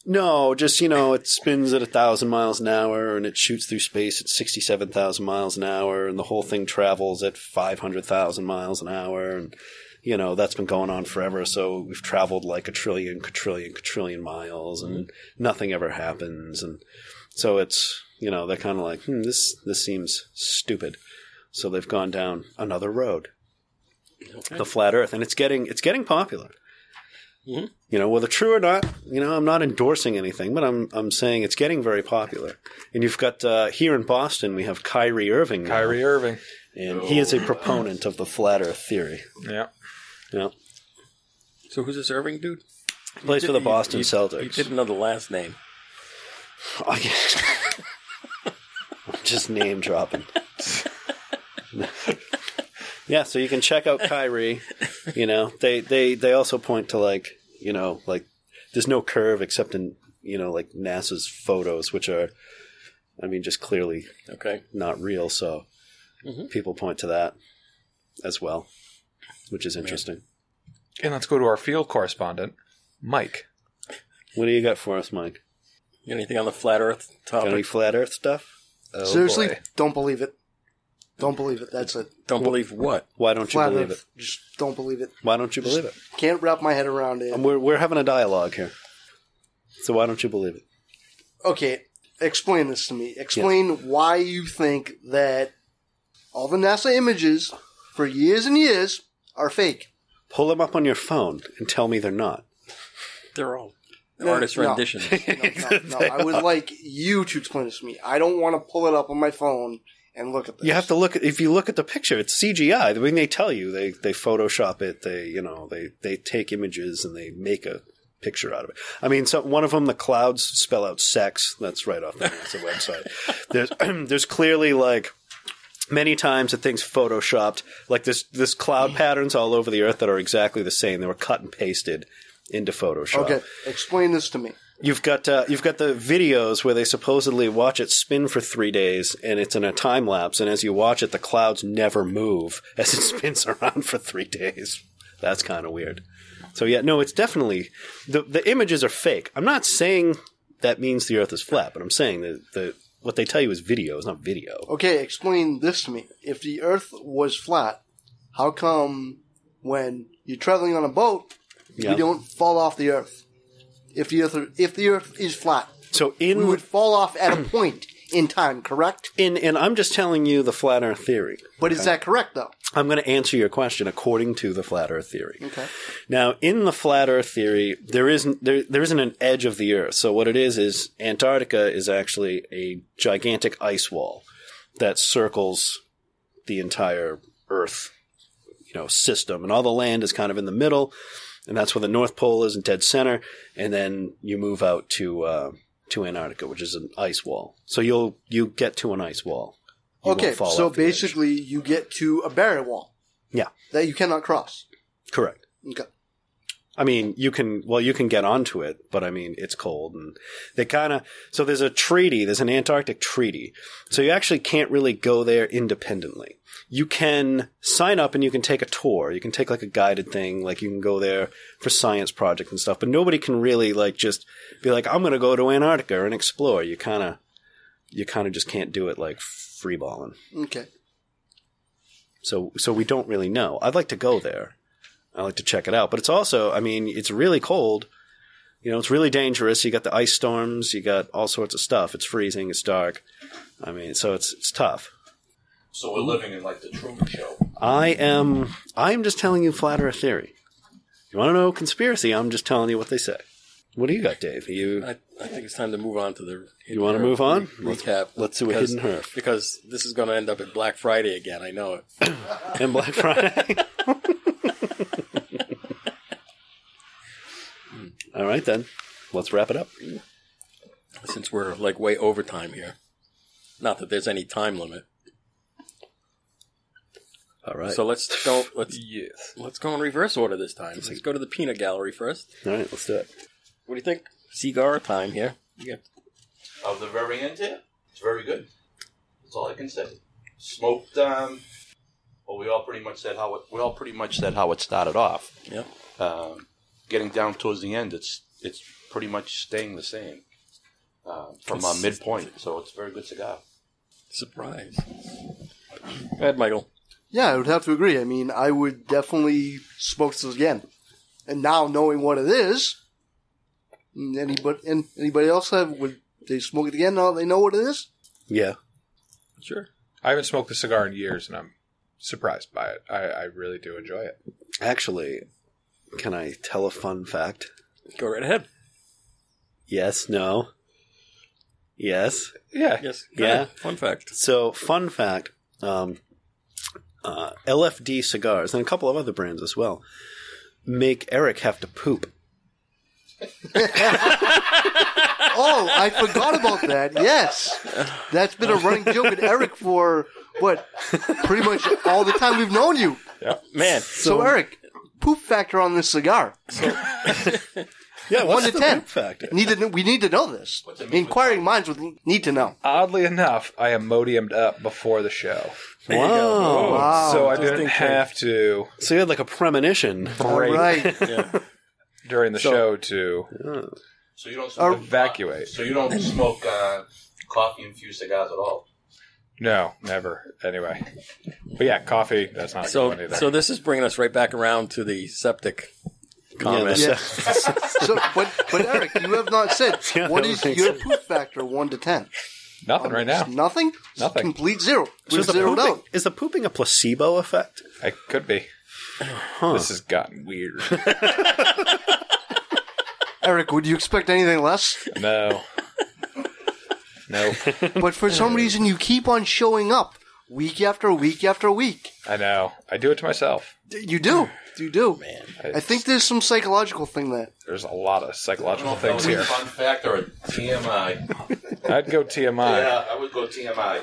S2: No, just you know, it spins at a thousand miles an hour and it shoots through space at sixty-seven thousand miles an hour, and the whole thing travels at five hundred thousand miles an hour, and you know that's been going on forever. So we've traveled like a trillion, quadrillion, quadrillion miles, and nothing ever happens, and so it's you know they're kind of like hmm, this this seems stupid, so they've gone down another road. the flat Earth, and it's getting it's getting popular.
S1: Mhm.
S2: You know, whether true or not, you know, I'm not endorsing anything, but I'm I'm saying it's getting very popular. And you've got uh, here in Boston, we have Kyrie Irving, now,
S3: Kyrie Irving.
S2: and he is a proponent of the flat Earth theory.
S3: Yeah.
S2: You know,
S1: So who's this Irving dude?
S2: plays for the Boston
S1: you,
S2: Celtics.
S1: You didn't know the last name.
S2: I guess- Just name dropping. yeah, so you can check out Kyrie. You know, they, they, they also point to like, you know, like there's no curve except in, you know, like NASA's photos, which are, I mean, just clearly
S1: Okay.
S2: not real. So
S1: Mhm.
S2: people point to that as well, which is interesting.
S3: And let's go to our field correspondent, Mike.
S2: What do you got for us, Mike?
S1: Anything on the flat Earth
S2: Got any
S1: topic?
S2: flat earth stuff?
S3: Oh,
S5: Seriously,
S3: boy.
S5: don't believe it. Don't believe it. That's it.
S1: Don't believe what?
S2: Why don't you
S5: Flat
S2: believe it?
S5: Earth. Just don't believe it.
S2: Why don't you believe it?
S5: Can't wrap my head around it.
S2: And we're we're having a dialogue here. So why don't you believe it?
S5: okay, explain this to me. Explain why you think that all the NASA images for years and years are fake.
S2: Pull them up on your phone and tell me they're not.
S1: They're all
S5: No,
S1: artist
S5: no.
S1: renditions.
S5: No, no, no. I would like you to explain this to me. I don't want to pull it up on my phone and look at this.
S2: You have to look at if you look at the picture, it's CGI. I mean they tell you they they photoshop it, they you know, they they take images and they make a picture out of it. I mean so one of them the clouds spell out sex. That's right off the NASA website. There's there's clearly like many times that things photoshopped like this this cloud patterns all over the earth that are exactly the same. They were cut and pasted into Photoshop.
S5: Okay, explain this to me.
S2: You've got uh, you've got the videos where they supposedly watch it spin for three days, and it's in a time lapse. And as you watch it, the clouds never move as it spins around for three days. That's kind of weird. So yeah, no, it's definitely the the images are fake. I'm not saying that means the Earth is flat, but I'm saying that the what they tell you is video is not video.
S5: Okay, explain this to me. If the Earth was flat, how come when you're traveling on a boat,
S2: Yeah.
S5: you don't fall off the Earth? If the Earth, if the Earth is flat,
S2: So
S5: we
S2: in
S5: would fall off at a point in time, correct?
S2: in and I'm just telling you the flat Earth theory.
S5: But is that correct though?
S2: I'm going to answer your question according to the flat Earth theory.
S5: Okay.
S2: Now, in the flat Earth theory, there isn't there, there isn't an edge of the Earth. So what it is is Antarctica is actually a gigantic ice wall that circles the entire Earth, you know, system, and all the land is kind of in the middle, and that's where the North Pole is in dead center, and then you move out to uh, to Antarctica, which is an ice wall. So you'll you get to an ice wall. You won't
S5: okay,
S2: fall
S5: so
S2: off the edge.
S5: basically you get to a barrier wall.
S2: Yeah.
S5: That you cannot cross.
S2: correct.
S5: Okay.
S2: I mean, you can, well, you can get onto it, but I mean, it's cold and they kind of, so there's a treaty, there's an Antarctic treaty. So you actually can't really go there independently. You can sign up and you can take a tour. You can take like a guided thing. Like you can go there for science projects and stuff, but nobody can really like just be like, I'm going to go to Antarctica and explore. You kind of, you kind of just can't do it like freeballing.
S5: Okay.
S2: So so we don't really know. I'd like to go there. I like to check it out, but it's also, I mean, it's really cold. You know, it's really dangerous. You got the ice storms, you got all sorts of stuff. It's freezing, it's dark. I mean, so it's it's tough.
S4: So we're living in like the Truman Show.
S2: I am I am just telling you flat earth theory. You want to know conspiracy? I'm just telling you what they say. What do you got, Dave? Are you
S1: I, I think it's time to move on to the.
S2: You wanna move on?
S1: Re- recap.
S2: let's do a
S1: because-
S2: hidden herf.
S1: Because this is going to end up at Black Friday again. I know it.
S2: and Black Friday. all right then. Let's wrap it up.
S1: Since we're like way overtime here. Not that there's any time limit.
S2: All right.
S1: So let's go. Let's
S3: Yes.
S1: let's go in reverse order this time. Let's go to the peanut gallery first.
S2: all right, let's do it.
S1: What do you think? Cigar time here. Yeah.
S4: Of the very end here, it's very good. That's all I can say. Smoked. Um, well, we all pretty much said how it. We all pretty much said how it started off.
S1: Yeah.
S4: Um, getting down towards the end, it's it's pretty much staying the same uh, from our midpoint. So it's a very good cigar.
S1: Surprise. Go ahead, Michael.
S5: Yeah, I would have to agree. I mean, I would definitely smoke this again. And now knowing what it is, mm, anybody and anybody else have would they smoke it again now they know what it is?
S2: Yeah.
S1: Sure.
S3: I haven't smoked a cigar in years, and I'm surprised by it. I, I really do enjoy it.
S2: Actually, can I tell a fun fact?
S1: Go right ahead.
S2: Yes, no. Yes.
S3: Yeah.
S1: Yes.
S2: Yeah.
S1: ahead. Fun fact.
S2: So, fun fact um, uh, LFD cigars and a couple of other brands as well make Eric have to poop.
S5: Oh, I forgot about that. Yes. That's been a running joke with Eric for what? Pretty much all the time we've known you.
S1: Yeah. Man,
S5: So, Eric, poop factor on this cigar.
S2: Yeah,
S5: One to ten.
S2: factor?
S5: Need to, kn- we need to know this. Inquiring minds would need to know.
S3: Oddly enough, I am modiumed up before the show,
S1: there you go.
S2: Wow.
S5: Wow.
S3: so I
S1: just
S3: didn't
S1: in case.
S3: have to
S2: So you had like a premonition.
S5: all
S3: break
S5: right.
S3: during the show to
S4: So you don't smoke, uh,
S5: Or-
S3: evacuate.
S4: So you don't smoke uh, coffee infused cigars at all.
S3: No, never. Anyway, but yeah, coffee. That's not so,
S1: So,
S3: either.
S1: so this is bringing us right back around to the septic comment.
S2: Yeah,
S5: Yeah.
S2: so-
S5: So, but, but Eric, you have not said
S2: Yeah,
S5: what
S2: that
S5: is
S2: makes
S5: your
S2: sense.
S5: poop factor one to ten?
S3: nothing right now.
S5: Just Nothing.
S3: Nothing.
S5: Complete zero.
S2: so
S5: We're
S2: is the
S5: zeroed
S2: pooping-
S5: out.
S2: is the pooping a placebo effect?
S3: I could be. This has gotten weird.
S5: Eric, would you expect anything less?
S3: no. No,
S5: But for some reason, you keep on showing up week after week after week.
S3: I know. I do it to myself.
S5: D- You do. You do. Man. I think there's some psychological thing that.
S3: There's a lot of
S4: I don't
S3: psychological
S4: know if that
S3: things
S4: was
S3: here.
S4: a fun fact or a TMI.
S3: I'd go TMI.
S4: yeah, I would go TMI.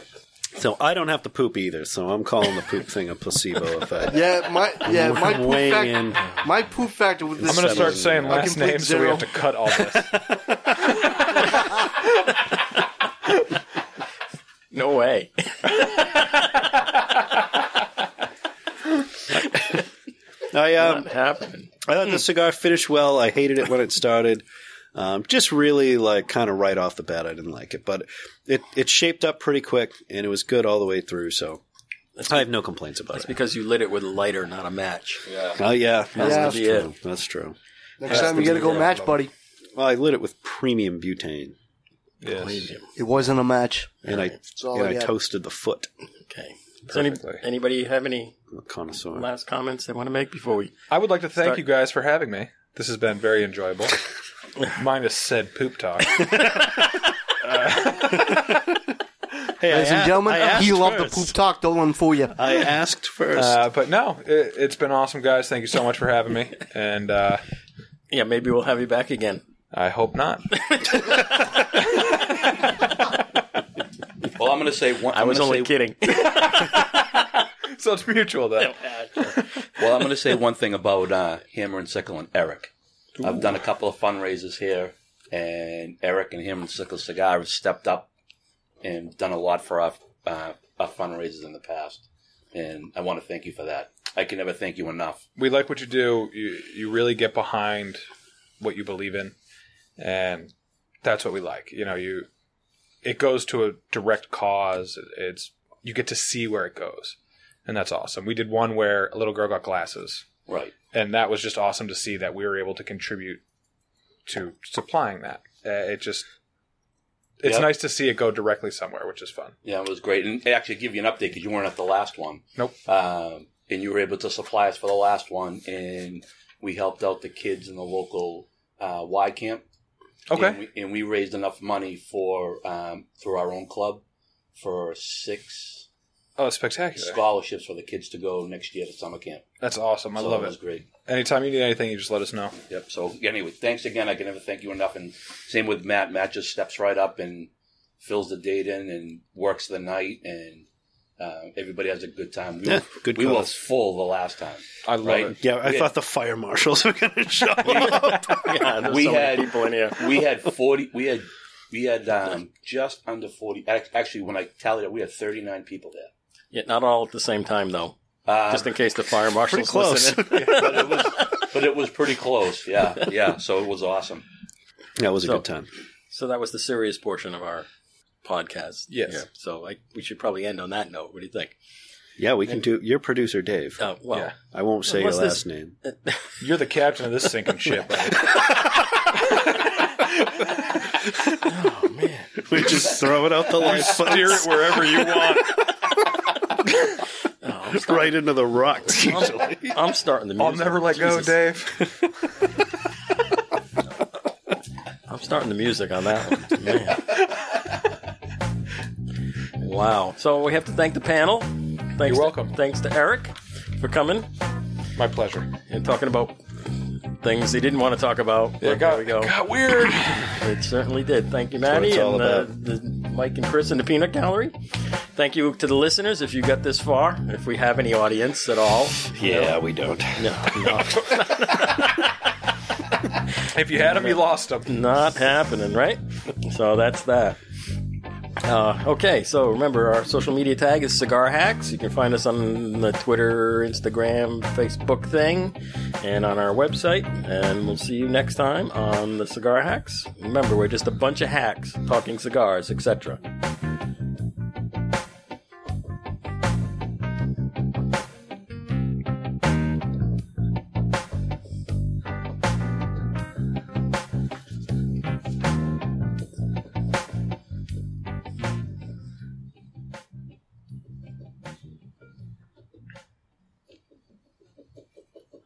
S2: So I don't have to poop either, so I'm calling the poop thing a placebo effect.
S5: Yeah, my yeah, my
S2: I'm
S5: poop
S2: weighing
S5: factor.
S2: in.
S5: My poop factor with this.
S3: I'm gonna start saying
S5: A
S3: last
S5: complete
S3: names, so we
S5: zero.
S3: have to cut all this.
S1: No way.
S2: I um,
S1: Happening.
S2: I thought the cigar finished well. I hated it when it started. Um, just really like kind of right off the bat, I didn't like it, but it it shaped up pretty quick and it was good all the way through. So I have no complaints about
S1: It's
S2: it.
S1: because you lit it with a lighter, not a match.
S4: Yeah.
S2: Oh yeah, that's
S1: Yeah.
S2: true. That's true.
S5: Next time you gotta go match, buddy.
S2: Well, I lit it with premium butane,
S3: Yes.
S5: It wasn't a match.
S2: and I
S5: all
S2: and
S5: I
S2: I
S5: got.
S2: toasted the foot.
S1: Okay. Does any,
S3: Perfectly.
S1: anybody have any
S2: I'm a connoisseur.
S1: last comments they want to make before we?
S3: I would like to thank
S1: Start-
S3: you guys for having me. This has been very enjoyable. Minus said poop talk.
S2: Hey, I
S5: Ladies and
S2: a-
S5: gentlemen,
S2: I asked
S5: he loved
S2: first.
S5: the poop talk. Don't let him fool you.
S2: I asked first.
S3: Uh, but no, it, it's been awesome, guys. Thank you so much for having me. And uh,
S1: Yeah, maybe we'll have you back again.
S3: I hope not.
S4: Well, I'm going to say one.
S1: I
S4: I'm
S1: was
S4: gonna
S1: only
S4: say-
S1: kidding.
S3: so it's mutual, though.
S4: Well, I'm going to say one thing about uh, Hammer and Sickle and Eric. I've done a couple of fundraisers here, and Eric and Hammer and Sickle Cigar have stepped up and done a lot for our, uh, our fundraisers in the past. And I want to thank you for that. I can never thank you enough.
S3: We like what you do. You, you really get behind what you believe in. And that's what we like. You know, you it goes to a direct cause. It's you get to see where it goes. And that's awesome. We did one where a little girl got glasses.
S4: Right.
S3: and that was just awesome to see that we were able to contribute to supplying that. Uh, it just it's
S4: Yep.
S3: nice to see it go directly somewhere, which is fun.
S4: Yeah, it was great. And actually, give you an update because you weren't at the last one.
S3: Nope.
S4: Um, and you were able to supply us for the last one, and we helped out the kids in the local uh, Y camp. And
S3: Okay.
S4: we, and we raised enough money for um, through our own club for six
S3: Oh, spectacular!
S4: scholarships for the kids to go next year to summer camp.
S3: That's awesome. I
S4: so
S3: love
S4: It was
S3: it.
S4: great.
S3: Anytime you need anything, you just let us know.
S4: Yep. So anyway, thanks again. I can never thank you enough. And same with Matt. Matt just steps right up and fills the date in and works the night, and uh, everybody has a good time. We,
S2: Yeah,
S4: were,
S2: good
S4: we were
S2: cause.
S4: full the last time.
S3: I love
S4: Right.
S3: it.
S2: yeah, I
S4: we-
S2: thought the fire marshals were going to show up.
S1: yeah, there's
S4: We
S1: so many
S4: had-
S1: people in here.
S4: We had forty. We had we had um, just under forty. ac- Actually, when I tallied it, we had thirty nine people there.
S1: Yeah, not all at the same time though.
S4: Uh,
S1: Just in case the fire
S2: Pretty
S1: marshal's
S2: close.
S1: listening.
S4: but it was but it was pretty close. Yeah, yeah. So it was awesome.
S2: That was a
S1: So-
S2: good time.
S1: So that was the serious portion of our podcast.
S3: Yes.
S1: here. So I, we should probably end on that note. What do you think?
S2: Yeah, we can do. Your producer, Dave.
S1: Uh, well,
S3: Yeah.
S2: I won't say your
S1: Unless
S2: last
S1: this-
S2: name.
S3: You're the captain of this sinking ship. buddy.
S1: oh man,
S2: We just throw it out the
S3: You
S2: last
S3: steer it wherever you want.
S1: oh
S2: right into the rocks. Usually.
S1: I'm starting the
S3: I'll
S1: music.
S3: never let go,
S1: Jesus.
S3: Dave.
S1: I'm starting the music on that one. Man. wow. So we have to thank the panel. Thanks
S3: You're
S1: to-
S3: welcome.
S1: thanks to Eric for coming
S3: My pleasure.
S1: and talking about things he didn't want to talk about. but
S3: It got,
S1: there we go.
S3: got weird.
S1: It certainly did. Thank you,
S2: what
S1: Maddie,
S2: it's all
S1: and uh,
S2: about.
S1: the, Mike and Chris and the Peanut Gallery. Thank you to the listeners if you got this far. If we have any audience at all,
S2: yeah, we don't.
S1: no, no,
S3: if you had him, you lost him.
S1: not happening, right? So that's that. Uh, okay, so remember our social media tag is Cigar Hacks. You can find us on the Twitter, Instagram, Facebook thing, and on our website. And we'll see you next time on the Cigar Hacks. Remember, we're just a bunch of hacks talking cigars, etc.